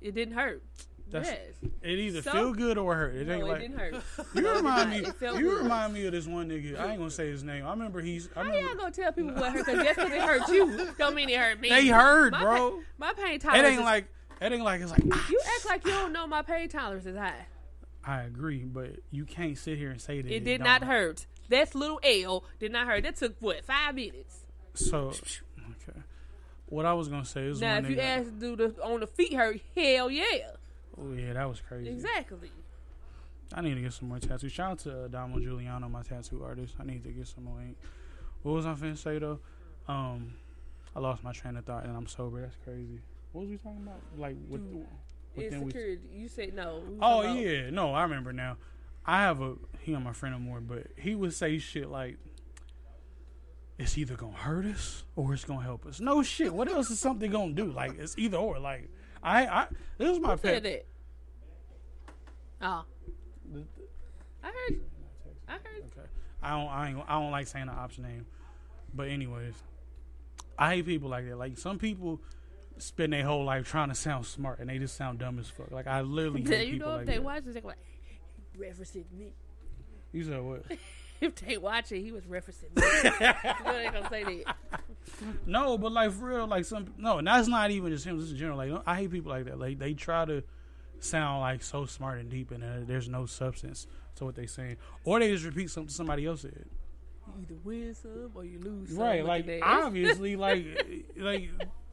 Speaker 7: It didn't hurt.
Speaker 10: That's
Speaker 7: yes.
Speaker 10: it. Either
Speaker 7: So-
Speaker 10: feel good or hurt. It
Speaker 7: no,
Speaker 10: ain't
Speaker 7: it
Speaker 10: like
Speaker 7: didn't hurt.
Speaker 10: you remind me.
Speaker 7: It felt
Speaker 10: You
Speaker 7: good.
Speaker 10: remind me of this one nigga. I ain't gonna say his name. I remember he's. I
Speaker 7: How
Speaker 10: remember,
Speaker 7: y'all gonna tell people what hurt? Because just because it hurt you, don't mean it hurt me.
Speaker 10: They hurt,
Speaker 7: my
Speaker 10: bro.
Speaker 7: pa- my pain
Speaker 10: it
Speaker 7: tolerance.
Speaker 10: ain't
Speaker 7: is-
Speaker 10: like. It ain't like it's like. "Ah."
Speaker 7: you act like you don't know my pain tolerance is high.
Speaker 10: I agree, but you can't sit here and say that
Speaker 7: It,
Speaker 10: it
Speaker 7: did
Speaker 10: don't
Speaker 7: not hurt. That's little L did not hurt. That took what five minutes.
Speaker 10: So, okay. What I was gonna say is
Speaker 7: now,
Speaker 10: one
Speaker 7: if you
Speaker 10: nigga-
Speaker 7: ask, do the on the feet hurt? Hell yeah.
Speaker 10: Oh yeah, that was crazy.
Speaker 7: Exactly.
Speaker 10: I need to get some more tattoos. Shout out to uh, Damo Giuliano, my tattoo artist. I need to get some more ink. What was I finna say though? Um, I lost my train of thought and I'm sober. That's crazy. What was we talking about? Like what?
Speaker 7: Dude,
Speaker 10: what then we-
Speaker 7: Insecurity. You said no. We was
Speaker 10: Oh
Speaker 7: talking about-
Speaker 10: yeah, no, I remember now. I have a he and my friend no more, but he would say shit like, "It's either gonna hurt us or it's gonna help us." No shit. What else is something gonna do? Like it's either or. Like I, I this was my
Speaker 7: Who
Speaker 10: pet.
Speaker 7: said that? Oh.
Speaker 10: The-
Speaker 7: I heard. I heard.
Speaker 10: Okay. I don't, I ain't, I don't like saying the option name, but anyways, I hate people like that. Like some people spend their whole life trying to sound smart and they just sound dumb as fuck. Like I literally
Speaker 7: Yeah,
Speaker 10: hate
Speaker 7: [LAUGHS] you
Speaker 10: people
Speaker 7: know if
Speaker 10: like
Speaker 7: they
Speaker 10: that.
Speaker 7: watch this, they go like, he referencing me.
Speaker 10: You said what?
Speaker 7: If they watch it, he was referencing me. you know they gonna say that.
Speaker 10: No, but like for real, like some no, and that's not even just him. This is general. Like I hate people like that. Like they try to sound like so smart and deep, and uh, there's no substance to what they saying, or they just repeat something somebody else said.
Speaker 7: You either win some or you lose. some.
Speaker 10: Right,
Speaker 7: Look
Speaker 10: like
Speaker 7: at that.
Speaker 10: obviously, like like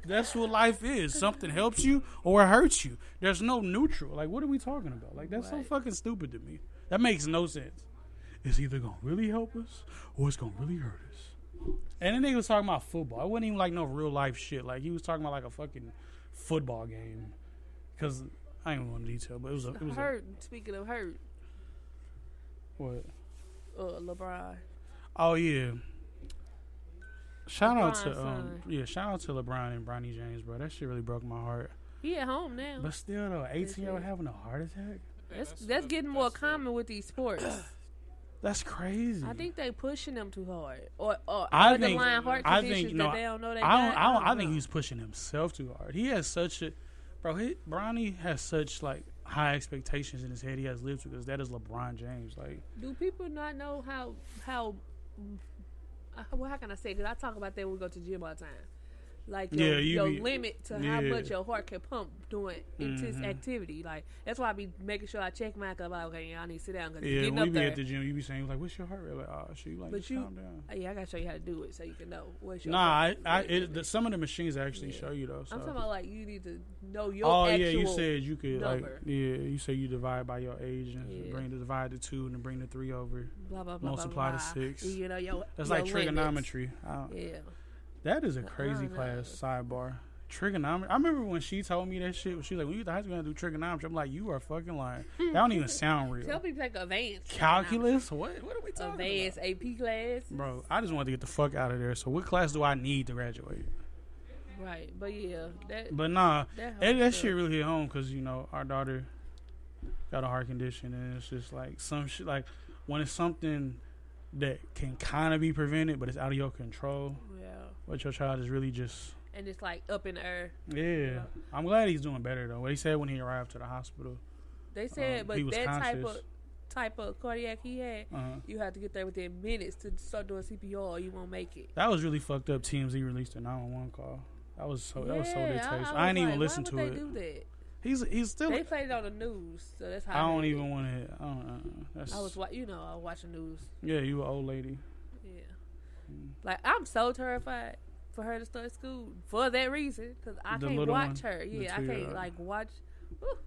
Speaker 10: that's what life is. Something helps you or it hurts you. There's no neutral. Like what are we talking about? Like that's so fucking stupid to me. That makes no sense. It's either gonna really help us or it's gonna really hurt us. And the nigga was talking about football. It wasn't even like no real life shit. Like he was talking about like a fucking football game. Cause I ain't going to detail, but it was a it was a,
Speaker 7: hurt. Speaking of hurt,
Speaker 10: what?
Speaker 7: uh, LeBron.
Speaker 10: Oh yeah. Shout out
Speaker 7: LeBron's
Speaker 10: to um
Speaker 7: son.
Speaker 10: yeah, shout out to LeBron and Bronny James, bro. That shit really broke my heart.
Speaker 7: He at home now.
Speaker 10: But still though, eighteen year old having a heart attack?
Speaker 7: That's that's, getting more common with these sports.
Speaker 10: [COUGHS] That's crazy.
Speaker 7: I think they pushing them too hard, or or
Speaker 10: I think
Speaker 7: underlying heart
Speaker 10: I
Speaker 7: conditions
Speaker 10: think no,
Speaker 7: that they don't know they
Speaker 10: I don't,
Speaker 7: got.
Speaker 10: I, don't, I think he's pushing himself too hard. He has such a bro. He, Bronny has such like high expectations in his head. He has lived because that is LeBron James. Like
Speaker 7: Do people not know how how? uh, Well, how can I say? Because I talk about that when we go to the gym all the time. Like your,
Speaker 10: Yeah, you
Speaker 7: your
Speaker 10: be-
Speaker 7: limit to how
Speaker 10: yeah.
Speaker 7: much your heart can pump doing intense
Speaker 10: Mhm.
Speaker 7: activity. Like that's why I be making sure I check mine. Cause I'm like, okay, yeah, I need to sit down. Cause it's
Speaker 10: yeah,
Speaker 7: getting
Speaker 10: when we
Speaker 7: up
Speaker 10: be
Speaker 7: there.
Speaker 10: at the gym, you be saying like, "What's your heart rate?" Like, oh shit, you like
Speaker 7: but
Speaker 10: just
Speaker 7: you,
Speaker 10: calm down.
Speaker 7: yeah, I gotta show you how to do it so you can know what's your.
Speaker 10: Nah, I,
Speaker 7: heart
Speaker 10: I
Speaker 7: rate.
Speaker 10: it, the, some of the machines actually show you though. So.
Speaker 7: I'm talking about like you need to know your.
Speaker 10: oh
Speaker 7: actual
Speaker 10: yeah, you said you could
Speaker 7: number.
Speaker 10: like yeah, you say you divide by your age and
Speaker 7: Yeah.
Speaker 10: bring the divide the two and then bring the three over,
Speaker 7: Blah, blah, blah,
Speaker 10: multiply
Speaker 7: blah,
Speaker 10: the
Speaker 7: blah.
Speaker 10: six.
Speaker 7: You know, your-
Speaker 10: that's
Speaker 7: your
Speaker 10: like
Speaker 7: limits.
Speaker 10: trigonometry. I don't-
Speaker 7: Yeah.
Speaker 10: that is a
Speaker 7: I
Speaker 10: crazy
Speaker 7: don't
Speaker 10: class sidebar. Trigonometry. I remember when she told me that shit. When she was like, "When you get to high school, you gotta do trigonometry." I'm like, "You are fucking lying. That don't even sound
Speaker 7: [LAUGHS] Tell
Speaker 10: real."
Speaker 7: people like advanced
Speaker 10: Calculus? What? What are we talking
Speaker 7: advanced AP class.
Speaker 10: Bro, I just wanted to get the fuck out of there. So, what class do I need to graduate?
Speaker 7: Right, but yeah, that.
Speaker 10: But nah, that,
Speaker 7: that,
Speaker 10: that,
Speaker 7: helps
Speaker 10: shit really hit home because you know our daughter got a heart condition, and it's just like some shit. Like when it's something that can kind of be prevented, but it's out of your control.
Speaker 7: us. Yeah,
Speaker 10: But your child is really just
Speaker 7: and it's like up in the air.
Speaker 10: yeah. I'm glad he's doing better though. What he said when he arrived to the hospital.
Speaker 7: They said,
Speaker 10: Um,
Speaker 7: but
Speaker 10: he was
Speaker 7: that type
Speaker 10: conscious.
Speaker 7: of type of cardiac he had,
Speaker 10: Uh-huh.
Speaker 7: you have to get there within minutes to start doing CPR, or you won't make it.
Speaker 10: That was really fucked up. TMZ released a 911 call. That was so that was so
Speaker 7: Yeah,
Speaker 10: dictated. I,
Speaker 7: was
Speaker 10: ain't even
Speaker 7: like,
Speaker 10: listen
Speaker 7: why
Speaker 10: to
Speaker 7: would
Speaker 10: it.
Speaker 7: They do that.
Speaker 10: He's he's still.
Speaker 7: They played it on the news, so that's how.
Speaker 10: I don't
Speaker 7: heard it.
Speaker 10: even want to. I don't. Uh, that's,
Speaker 7: I was, wa- you know, I was watching news.
Speaker 10: yeah, you an old lady. Mm.
Speaker 7: Yeah. Like I'm so terrified for her to start school for that reason because I
Speaker 10: The
Speaker 7: can't
Speaker 10: little
Speaker 7: watch
Speaker 10: one,
Speaker 7: her.
Speaker 10: the
Speaker 7: Yeah, I
Speaker 10: two-year-old.
Speaker 7: can't like watch. Whew,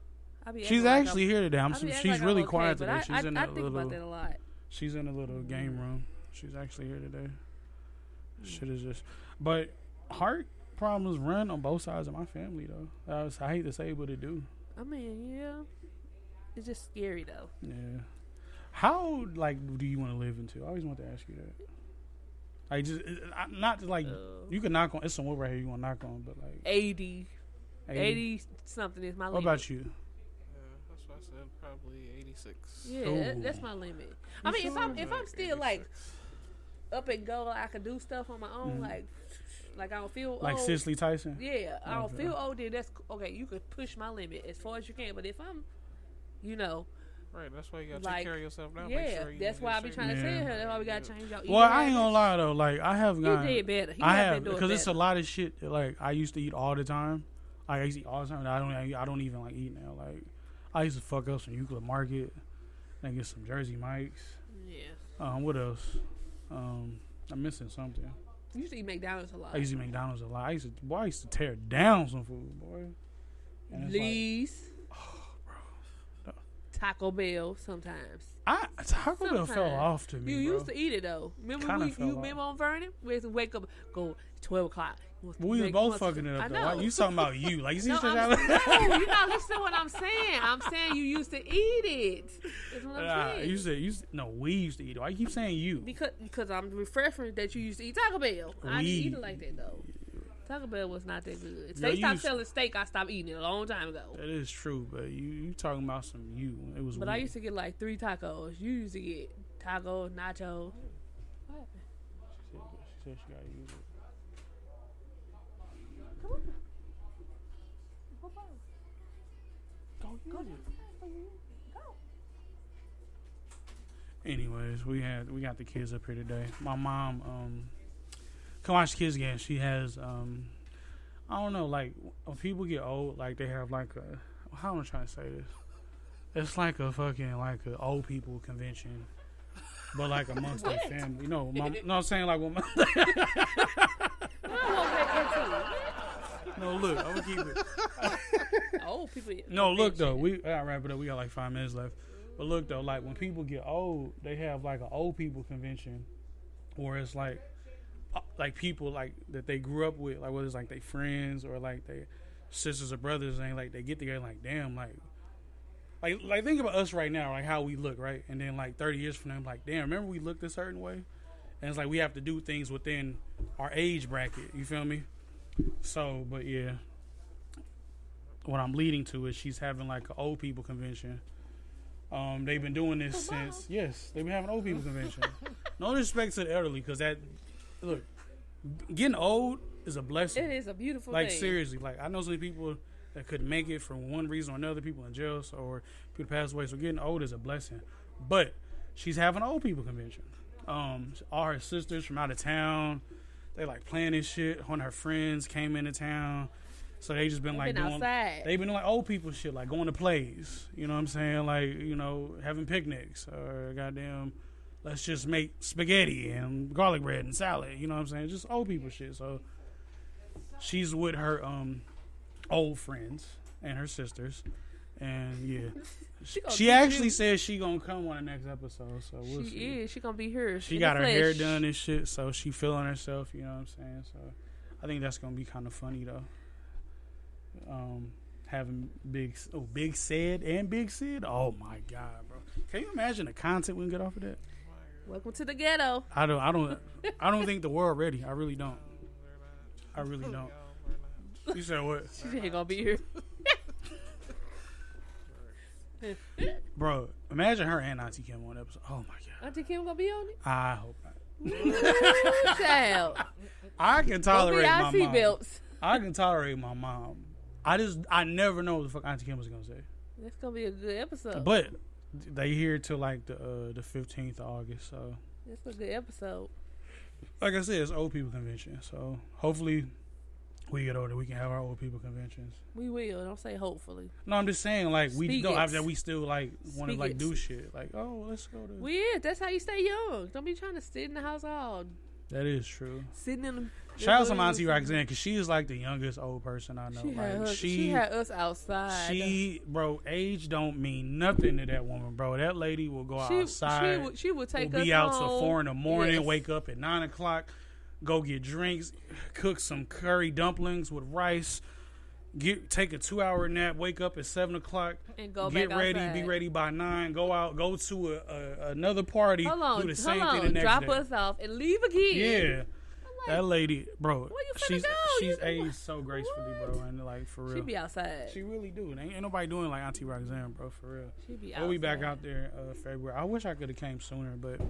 Speaker 7: I be
Speaker 10: She's
Speaker 7: acting like
Speaker 10: actually here today. I'm
Speaker 7: I be
Speaker 10: su-
Speaker 7: acting
Speaker 10: she's
Speaker 7: like I'm
Speaker 10: really
Speaker 7: okay,
Speaker 10: quiet
Speaker 7: but
Speaker 10: today.
Speaker 7: I,
Speaker 10: She's
Speaker 7: I,
Speaker 10: in
Speaker 7: I
Speaker 10: a
Speaker 7: think
Speaker 10: little-
Speaker 7: about that a lot.
Speaker 10: She's in a little game room. She's actually here today.
Speaker 7: Hmm.
Speaker 10: Shit is just, but heart problems run on both sides of my family though. I, was, I hate to say, but it do.
Speaker 7: I mean, yeah, it's just scary though.
Speaker 10: Yeah. How like do you want to live into? I always want to ask you that. Like just I, not to like
Speaker 7: Uh.
Speaker 10: you can knock on. It's some wood right here. You want to knock on, but like
Speaker 7: 80,
Speaker 10: 80?
Speaker 7: 80, something is my
Speaker 10: What
Speaker 7: limit.
Speaker 10: about you?
Speaker 11: That's what I said. Probably 86.
Speaker 7: Yeah, that, that's my limit. I
Speaker 11: You
Speaker 7: mean, if
Speaker 11: sure?
Speaker 7: I'm if I'm
Speaker 11: Like
Speaker 7: still like up and go, like, I can do stuff on my own.
Speaker 10: Mhm.
Speaker 7: Like, like I don't feel
Speaker 10: Like
Speaker 7: old.
Speaker 10: Cicely Tyson?
Speaker 7: Yeah, I don't
Speaker 10: Okay.
Speaker 7: feel old. Then that's c- okay. You can push my limit as far as you can. But if I'm, you know,
Speaker 11: Right, that's why you gotta take
Speaker 7: like
Speaker 11: care of yourself now.
Speaker 7: yeah,
Speaker 11: Make sure you
Speaker 7: that's
Speaker 11: in
Speaker 7: why I
Speaker 11: good
Speaker 7: be
Speaker 11: shape.
Speaker 7: trying to tell
Speaker 10: Yeah.
Speaker 7: her. That's why we gotta change our. eating
Speaker 10: Well, I ain't
Speaker 7: habits.
Speaker 10: gonna lie though. Like I have
Speaker 7: He
Speaker 10: gotten.
Speaker 7: did better. He
Speaker 10: I
Speaker 7: have been
Speaker 10: have
Speaker 7: doing
Speaker 10: because it's a
Speaker 7: better.
Speaker 10: lot of shit. That, like I used to eat all the time. Like, I used to eat all the time. and I don't. I, I don't even like eat now. Like I used to fuck up some Euclid Market and get some Jersey Mikes.
Speaker 7: Yeah.
Speaker 10: Um. What else? Um. I'm missing something.
Speaker 7: You used to eat McDonald's a lot.
Speaker 10: I used to eat McDonald's a lot. [SIGHS] I used to. Boy, I used to tear down some food, boy. And it's like-
Speaker 7: Lee's. Taco Bell sometimes.
Speaker 10: I Taco Bell fell off to me,
Speaker 7: You
Speaker 10: bro.
Speaker 7: used to eat it though. Remember
Speaker 10: Kinda
Speaker 7: we,
Speaker 10: fell
Speaker 7: you
Speaker 10: off.
Speaker 7: remember on Vernon? We had to wake up, go twelve o'clock. You must
Speaker 10: We was
Speaker 7: make-
Speaker 10: both
Speaker 7: must-
Speaker 10: fucking it
Speaker 7: I
Speaker 10: up though.
Speaker 7: know.
Speaker 10: Why you
Speaker 7: [LAUGHS]
Speaker 10: talking about you? Like you see
Speaker 7: No,
Speaker 10: shit out
Speaker 7: I'm, no, you're not listening to what I'm saying. I'm saying you used to eat it. That's what I'm
Speaker 10: Nah,
Speaker 7: saying.
Speaker 10: you said you said, no. We used to eat. it. Why you keep saying you?
Speaker 7: Because because I'm referring that you used to eat Taco Bell. I didn't eat
Speaker 10: We-
Speaker 7: it like that though. Taco Bell was not that good. If
Speaker 10: No,
Speaker 7: they
Speaker 10: you
Speaker 7: stopped
Speaker 10: used-
Speaker 7: selling steak, I stopped eating it a long time ago.
Speaker 10: That is true, but you you talking about some you? It was.
Speaker 7: But I
Speaker 10: weird.
Speaker 7: used to get like three tacos. You used to get tacos, nachos.
Speaker 10: She said she gotta use it. Go use
Speaker 7: it. Go.
Speaker 10: Anyways, we had we got the kids up here today. My mom um can watch the kids game. She has um I don't know like when people get old like they have like a how am I trying to say this? It's like a fucking like a old people convention, but like amongst their
Speaker 7: What?
Speaker 10: family. No, my, no, I'm saying like when
Speaker 7: [LAUGHS]
Speaker 10: my, no look, I'm gonna keep it.
Speaker 7: [LAUGHS] Oh, people.
Speaker 10: No, look though, we I'll wrap it up. We got like five minutes left. But look though, like when people get old, they have like an old people convention, where it's like, uh, like people like that they grew up with, like whether it's like they friends or like they sisters or brothers, and like they get together, like damn, like, like like think about us right now, like how we look, right, and then like thirty years from now, I'm like damn, remember we looked a certain way, and it's like we have to do things within our age bracket. You feel me? So, but yeah what I'm leading to is she's having like an old people convention. Um, they've been doing this since yes, they've been having old people convention. no respect to the elderly, because that look, getting old is a blessing.
Speaker 7: It is a beautiful
Speaker 10: Like
Speaker 7: thing.
Speaker 10: seriously, like I know so many people that couldn't make it for one reason or another. People in jail so- or people pass away. So getting old is a blessing. But she's having an old people convention. Um, all her sisters from out of town, they like planning shit. One of her friends came into town, so they just been
Speaker 7: They
Speaker 10: like
Speaker 7: been
Speaker 10: doing.
Speaker 7: outside.
Speaker 10: They been doing like old people shit, like going to plays. You know what I'm saying? Like you know having picnics or goddamn. Let's just make spaghetti and garlic bread and salad. You know what I'm saying? Just old people shit. So she's with her um old friends and her sisters, and yeah, she,
Speaker 7: [LAUGHS] She gonna
Speaker 10: she
Speaker 7: be
Speaker 10: actually
Speaker 7: cute.
Speaker 10: says she gonna come on the next episode. So we'll
Speaker 7: she
Speaker 10: see.
Speaker 7: is. She gonna be here.
Speaker 10: She
Speaker 7: in
Speaker 10: got
Speaker 7: the
Speaker 10: her hair
Speaker 7: flesh.
Speaker 10: done and shit, so she feeling herself. You know what I'm saying? So I think that's gonna be kind of funny though. Um, having big oh big Sid and big Sid. Oh my god, bro! Can you imagine the content we can get off of that?
Speaker 7: Welcome to the ghetto.
Speaker 10: I don't. I don't. I don't think the world ready. I really don't. I really don't. You said what?
Speaker 7: She ain't gonna be here.
Speaker 10: Bro, imagine her and Auntie Kim on episode. Oh my god.
Speaker 7: Auntie Kim gonna be on it.
Speaker 10: I hope not.
Speaker 7: Ooh, Child.
Speaker 10: I can tolerate my
Speaker 7: our
Speaker 10: mom.
Speaker 7: seatbelts.
Speaker 10: I can tolerate my mom. I just I never know what the fuck Auntie Kim was gonna say.
Speaker 7: That's gonna be a good episode.
Speaker 10: But they here till like the uh, the fifteenth of August, so
Speaker 7: that's a good episode.
Speaker 10: like I said, it's old people convention. So hopefully we get older, we can have our old people conventions.
Speaker 7: We will. Don't say hopefully.
Speaker 10: No, I'm just saying like we
Speaker 7: Speak
Speaker 10: don't
Speaker 7: it.
Speaker 10: have that we still like want to
Speaker 7: Speak
Speaker 10: like
Speaker 7: it.
Speaker 10: do shit. Like oh let's go to
Speaker 7: We is. That's how you stay young. Don't be trying to sit in the house all
Speaker 10: that is true.
Speaker 7: sitting in the.
Speaker 10: Shout out to my auntie Roxanne because she is like the youngest old person I know.
Speaker 7: She,
Speaker 10: like
Speaker 7: had us,
Speaker 10: she,
Speaker 7: she, had us outside.
Speaker 10: she, bro, age don't mean nothing to that woman, bro. That lady will go
Speaker 7: She- she
Speaker 10: outside.
Speaker 7: would- she would take
Speaker 10: will be
Speaker 7: us
Speaker 10: out till
Speaker 7: home.
Speaker 10: four in the morning.
Speaker 7: Yes.
Speaker 10: Wake up at nine o'clock, go get drinks, cook some curry dumplings with rice. Get take a two hour nap. Wake up at seven o'clock.
Speaker 7: And go
Speaker 10: get
Speaker 7: back
Speaker 10: ready. Be
Speaker 7: outside.
Speaker 10: ready by nine. Go out. Go to a, a, another party.
Speaker 7: hold on,
Speaker 10: do the same
Speaker 7: hold
Speaker 10: thing
Speaker 7: on.
Speaker 10: the next
Speaker 7: Drop
Speaker 10: day.
Speaker 7: us off and leave again.
Speaker 10: Yeah. that lady, bro, she's she's
Speaker 7: You-
Speaker 10: aged so gracefully, bro, and like for real,
Speaker 7: She be outside.
Speaker 10: She really do. And ain't, ain't nobody doing like Auntie Roxanne, bro, for real.
Speaker 7: She be
Speaker 10: We'll be back
Speaker 7: outside.
Speaker 10: out there uh, February. I wish I could have came sooner, but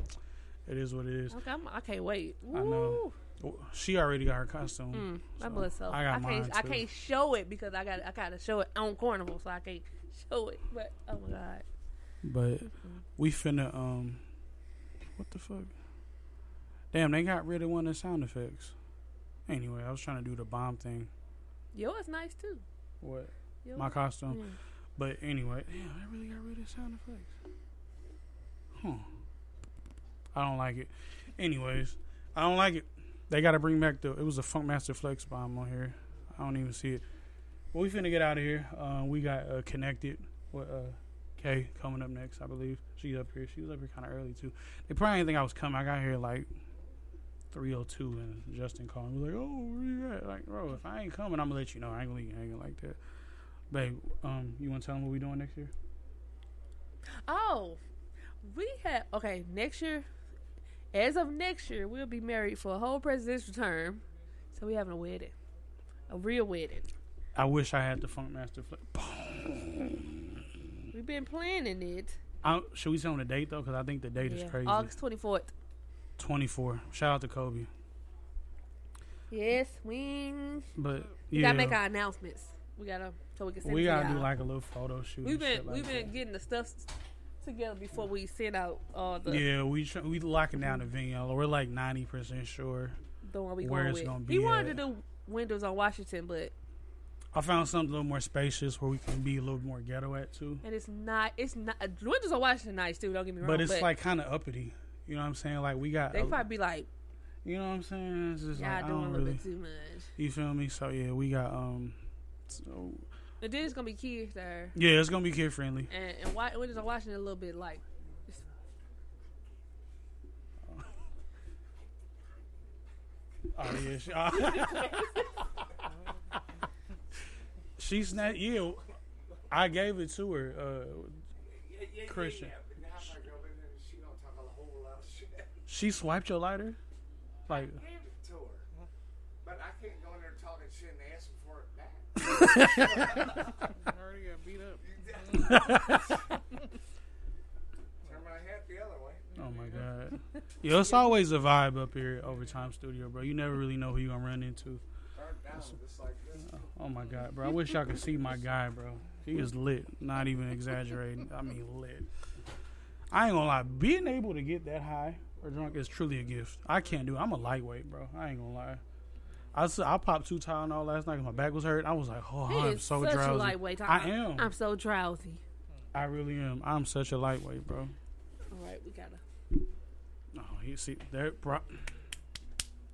Speaker 10: it is what it is.
Speaker 7: Okay, I'm, I can't wait.
Speaker 10: I know. She already got her costume.
Speaker 7: Mm, my
Speaker 10: so
Speaker 7: blood cell.
Speaker 10: I got mine
Speaker 7: can't. I
Speaker 10: too.
Speaker 7: can't show it because I got. I gotta show it on Carnival, so I can't show it. But oh my god,
Speaker 10: But we finna um, what the fuck? Damn, they got rid of one of the sound effects. Anyway, I was trying to do the bomb thing.
Speaker 7: yours nice too.
Speaker 10: What?
Speaker 7: Yours-
Speaker 10: My costume.
Speaker 7: Yeah.
Speaker 10: But anyway, damn, I really got rid of sound effects. Huh. I don't like it. Anyways, I don't like it. They got to bring back the. It was a Funkmaster Flex bomb on here. I don't even see it. But we finna get out of here. Uh, we got uh, connected with uh,
Speaker 7: Kay coming up next, I believe. She's up here. She was up here kind of early too. They probably didn't think I was coming. I got here like 302 and Justin called me was like, "Oh, where you at?" Like, bro, if I ain't coming, I'm gonna let you know. I ain't gonna leave you hanging like that. Babe, um, you want to tell them what we doing next year?
Speaker 10: Oh, we have okay. Next year, as of next year, we'll be married for a whole presidential term. So we having a wedding, a real wedding.
Speaker 7: I wish I had the funk master. Fl-
Speaker 10: We've been planning it.
Speaker 7: I, should we tell them the date though? Because I think the date
Speaker 10: Yeah,
Speaker 7: is crazy.
Speaker 10: August twenty fourth.
Speaker 7: 24. Shout out to Kobe.
Speaker 10: Yes, wings.
Speaker 7: But
Speaker 10: we
Speaker 7: yeah,
Speaker 10: gotta make our announcements. We gotta so we can send
Speaker 7: we
Speaker 10: it to
Speaker 7: gotta do
Speaker 10: y'all.
Speaker 7: like a little photo shoot.
Speaker 10: We've
Speaker 7: and
Speaker 10: been
Speaker 7: shit like
Speaker 10: we've been getting the stuff s- together before we send out all the
Speaker 7: that. yeah, we tr- we locking down the venue. We're like ninety percent sure
Speaker 10: the one we
Speaker 7: where
Speaker 10: going
Speaker 7: it's
Speaker 10: with.
Speaker 7: gonna be.
Speaker 10: he wanted
Speaker 7: at.
Speaker 10: to do windows on Washington, but
Speaker 7: I found something a little more spacious where we can be a little more ghetto at too.
Speaker 10: and it's not it's not uh, windows on Washington nice too. Don't get me wrong,
Speaker 7: Oh, But it's like kind of uppity. You know what I'm saying? Like we got.
Speaker 10: they
Speaker 7: a-
Speaker 10: probably be like
Speaker 7: you know what I'm saying? It's just
Speaker 10: y'all
Speaker 7: like I
Speaker 10: doing a
Speaker 7: don't
Speaker 10: little
Speaker 7: really.
Speaker 10: bit too much.
Speaker 7: You feel me? So yeah, we got um. So,
Speaker 10: And then it's gonna be kids there.
Speaker 7: yeah, it's gonna be kid friendly.
Speaker 10: And and why windows on Washington a little bit like it's-
Speaker 7: Oh yeah, she, she snapped. Yeah, I gave it to her, uh, Christian. She swiped your lighter, like
Speaker 15: Hand it to her. But I can't go in there talking shit and ask them for it back.
Speaker 16: already got beat
Speaker 7: [LAUGHS]
Speaker 16: up.
Speaker 15: [LAUGHS] Turn my hat the other way.
Speaker 7: Oh my god.
Speaker 10: [LAUGHS]
Speaker 7: Yo, it's always a vibe up here at Overtime Studio, bro. You never really know who you're gonna run into.
Speaker 15: Turn it down just like this.
Speaker 7: Oh my god, bro. I wish y'all could see my guy, bro. He is lit. Not even exaggerating. I mean lit. I ain't gonna lie, being able to get that high or drunk is truly a gift. I can't do it. I'm a lightweight, bro. I ain't gonna lie. I, s- I popped two Tylenol last night 'cause my back was hurt. I was like, oh,
Speaker 10: he
Speaker 7: I'm
Speaker 10: is
Speaker 7: so
Speaker 10: such
Speaker 7: drowsy.
Speaker 10: a lightweight.
Speaker 7: I am.
Speaker 10: I'm so drowsy.
Speaker 7: I really am. I'm such a lightweight, bro.
Speaker 10: All right, we gotta.
Speaker 7: Oh, you see there, bro.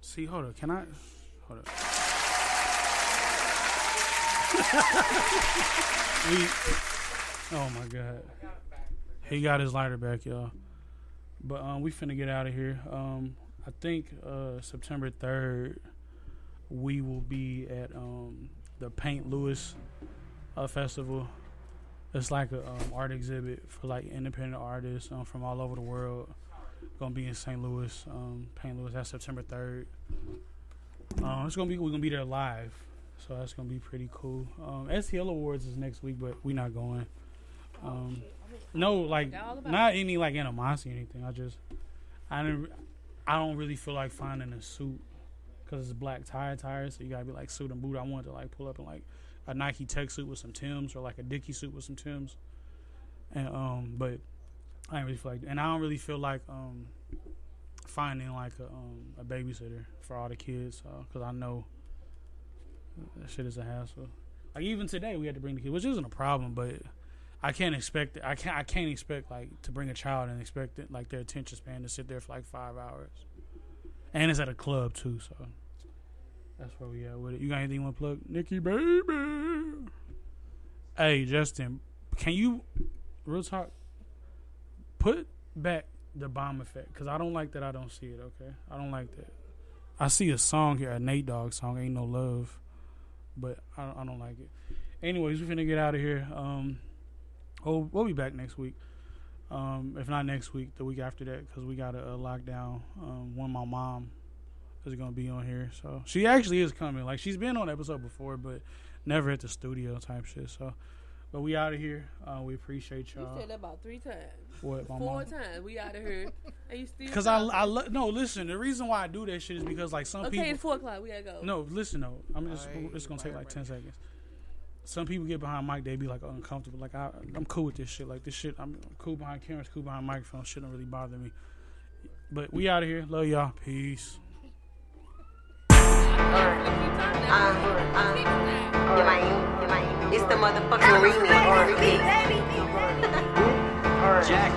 Speaker 7: See, hold up. Can I? Hold up. [LAUGHS] we, oh my god. He got his lighter back, y'all. But um, we finna get out of here. Um, I think uh, September third, we will be at um the Paint Lewis uh, festival. It's like a um, art exhibit for like independent artists um, from all over the world. Gonna be in St. Louis, um, Paint Louis. That's September third. Um, it's gonna be we're gonna be there live, so that's gonna be pretty cool. Um, STL Awards is next week, but we're not going. Um, no, like
Speaker 10: Forgot all about
Speaker 7: not any like animosity or anything. I just I didn't I don't really feel like finding a suit because it's black tie attire, so you gotta be like suit and boot. I wanted to like pull up in like a Nike tech suit with some Tims or like a Dickie suit with some Tims, and um, but I ain't really feel like, and I don't really feel like um finding like a um a babysitter for all the kids, because I know that shit is a hassle. Like even today, we had to bring the kids, which isn't a problem, but I can't expect I can't I can't expect like to bring a child and expect it, like their attention span to sit there for like five hours, and it's at a club too, so that's where we at with it. You got anything you want to plug, Nikki baby? Hey Justin, can you real talk? Put back the bomb effect because I don't like that. I don't see it. Okay, I don't like that. I see a song here, a Nate Dogg song, "Ain't No Love," but I, I don't like it. Anyways, we're finna get out of here. Um, oh, we'll be back next week. Um, if not next week, the week after that, because we got a, a lockdown. Um, when my mom is gonna be on here, so she actually is coming. Like she's been on episode before, but never at the studio type shit. So, but we out of here. Uh, we appreciate
Speaker 10: You
Speaker 7: y'all.
Speaker 10: said that about three times.
Speaker 7: What, my
Speaker 10: Four
Speaker 7: mom?
Speaker 10: times. We out of here. And you still.
Speaker 7: Cause I, I lo- no listen. The reason why I do that shit is because like some
Speaker 10: okay,
Speaker 7: people.
Speaker 10: it's four o'clock. We gotta go.
Speaker 7: No, listen though. I'm just it's gonna take like ten seconds. Some people get behind mic, they be like uncomfortable. Like I, I'm cool with this shit. Like this shit, I'm cool behind cameras, cool behind microphones. Shit don't really bother me. But we out of here. Love y'all. Peace.
Speaker 17: Um, It's the motherfucking remix. Jack.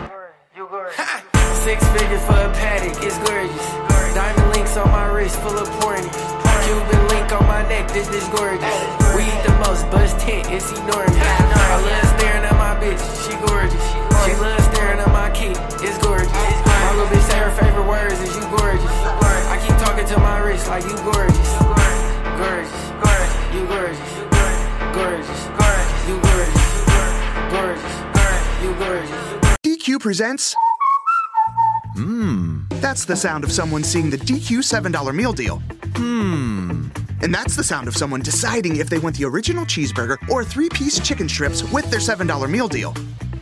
Speaker 18: Six figures for a paddock, it's gorgeous. Diamond links on my wrist, full of porny. Cuban link on my neck, this is gorgeous. We eat the most, buzz tent, it's enormous. I love staring at my bitch, she gorgeous.
Speaker 7: She loves staring at my key. It's gorgeous. My little bitch say her favorite words is you gorgeous. I keep talking to my wrist like you gorgeous. Gorgeous. Gorgeous. You gorgeous. Gorgeous. Gorgeous. You gorgeous. Gorgeous. You gorgeous.
Speaker 8: DQ E presents. Mmm. That's the sound of someone seeing the DQ $7 meal deal.
Speaker 19: Hmm.
Speaker 8: And that's the sound of someone deciding if they want the original cheeseburger or three piece chicken strips with their $7 meal deal.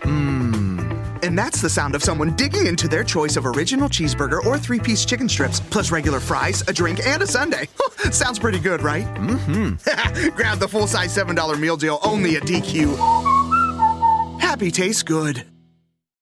Speaker 8: Hmm.
Speaker 19: Mmm.
Speaker 8: And that's the sound of someone digging into their choice of original cheeseburger or three piece chicken strips, plus regular fries, a drink, and a sundae. [LAUGHS] Sounds pretty good, right?
Speaker 19: Mm-hmm.
Speaker 8: [LAUGHS] Grab the full size $7 meal deal only at DQ. Happy tastes good.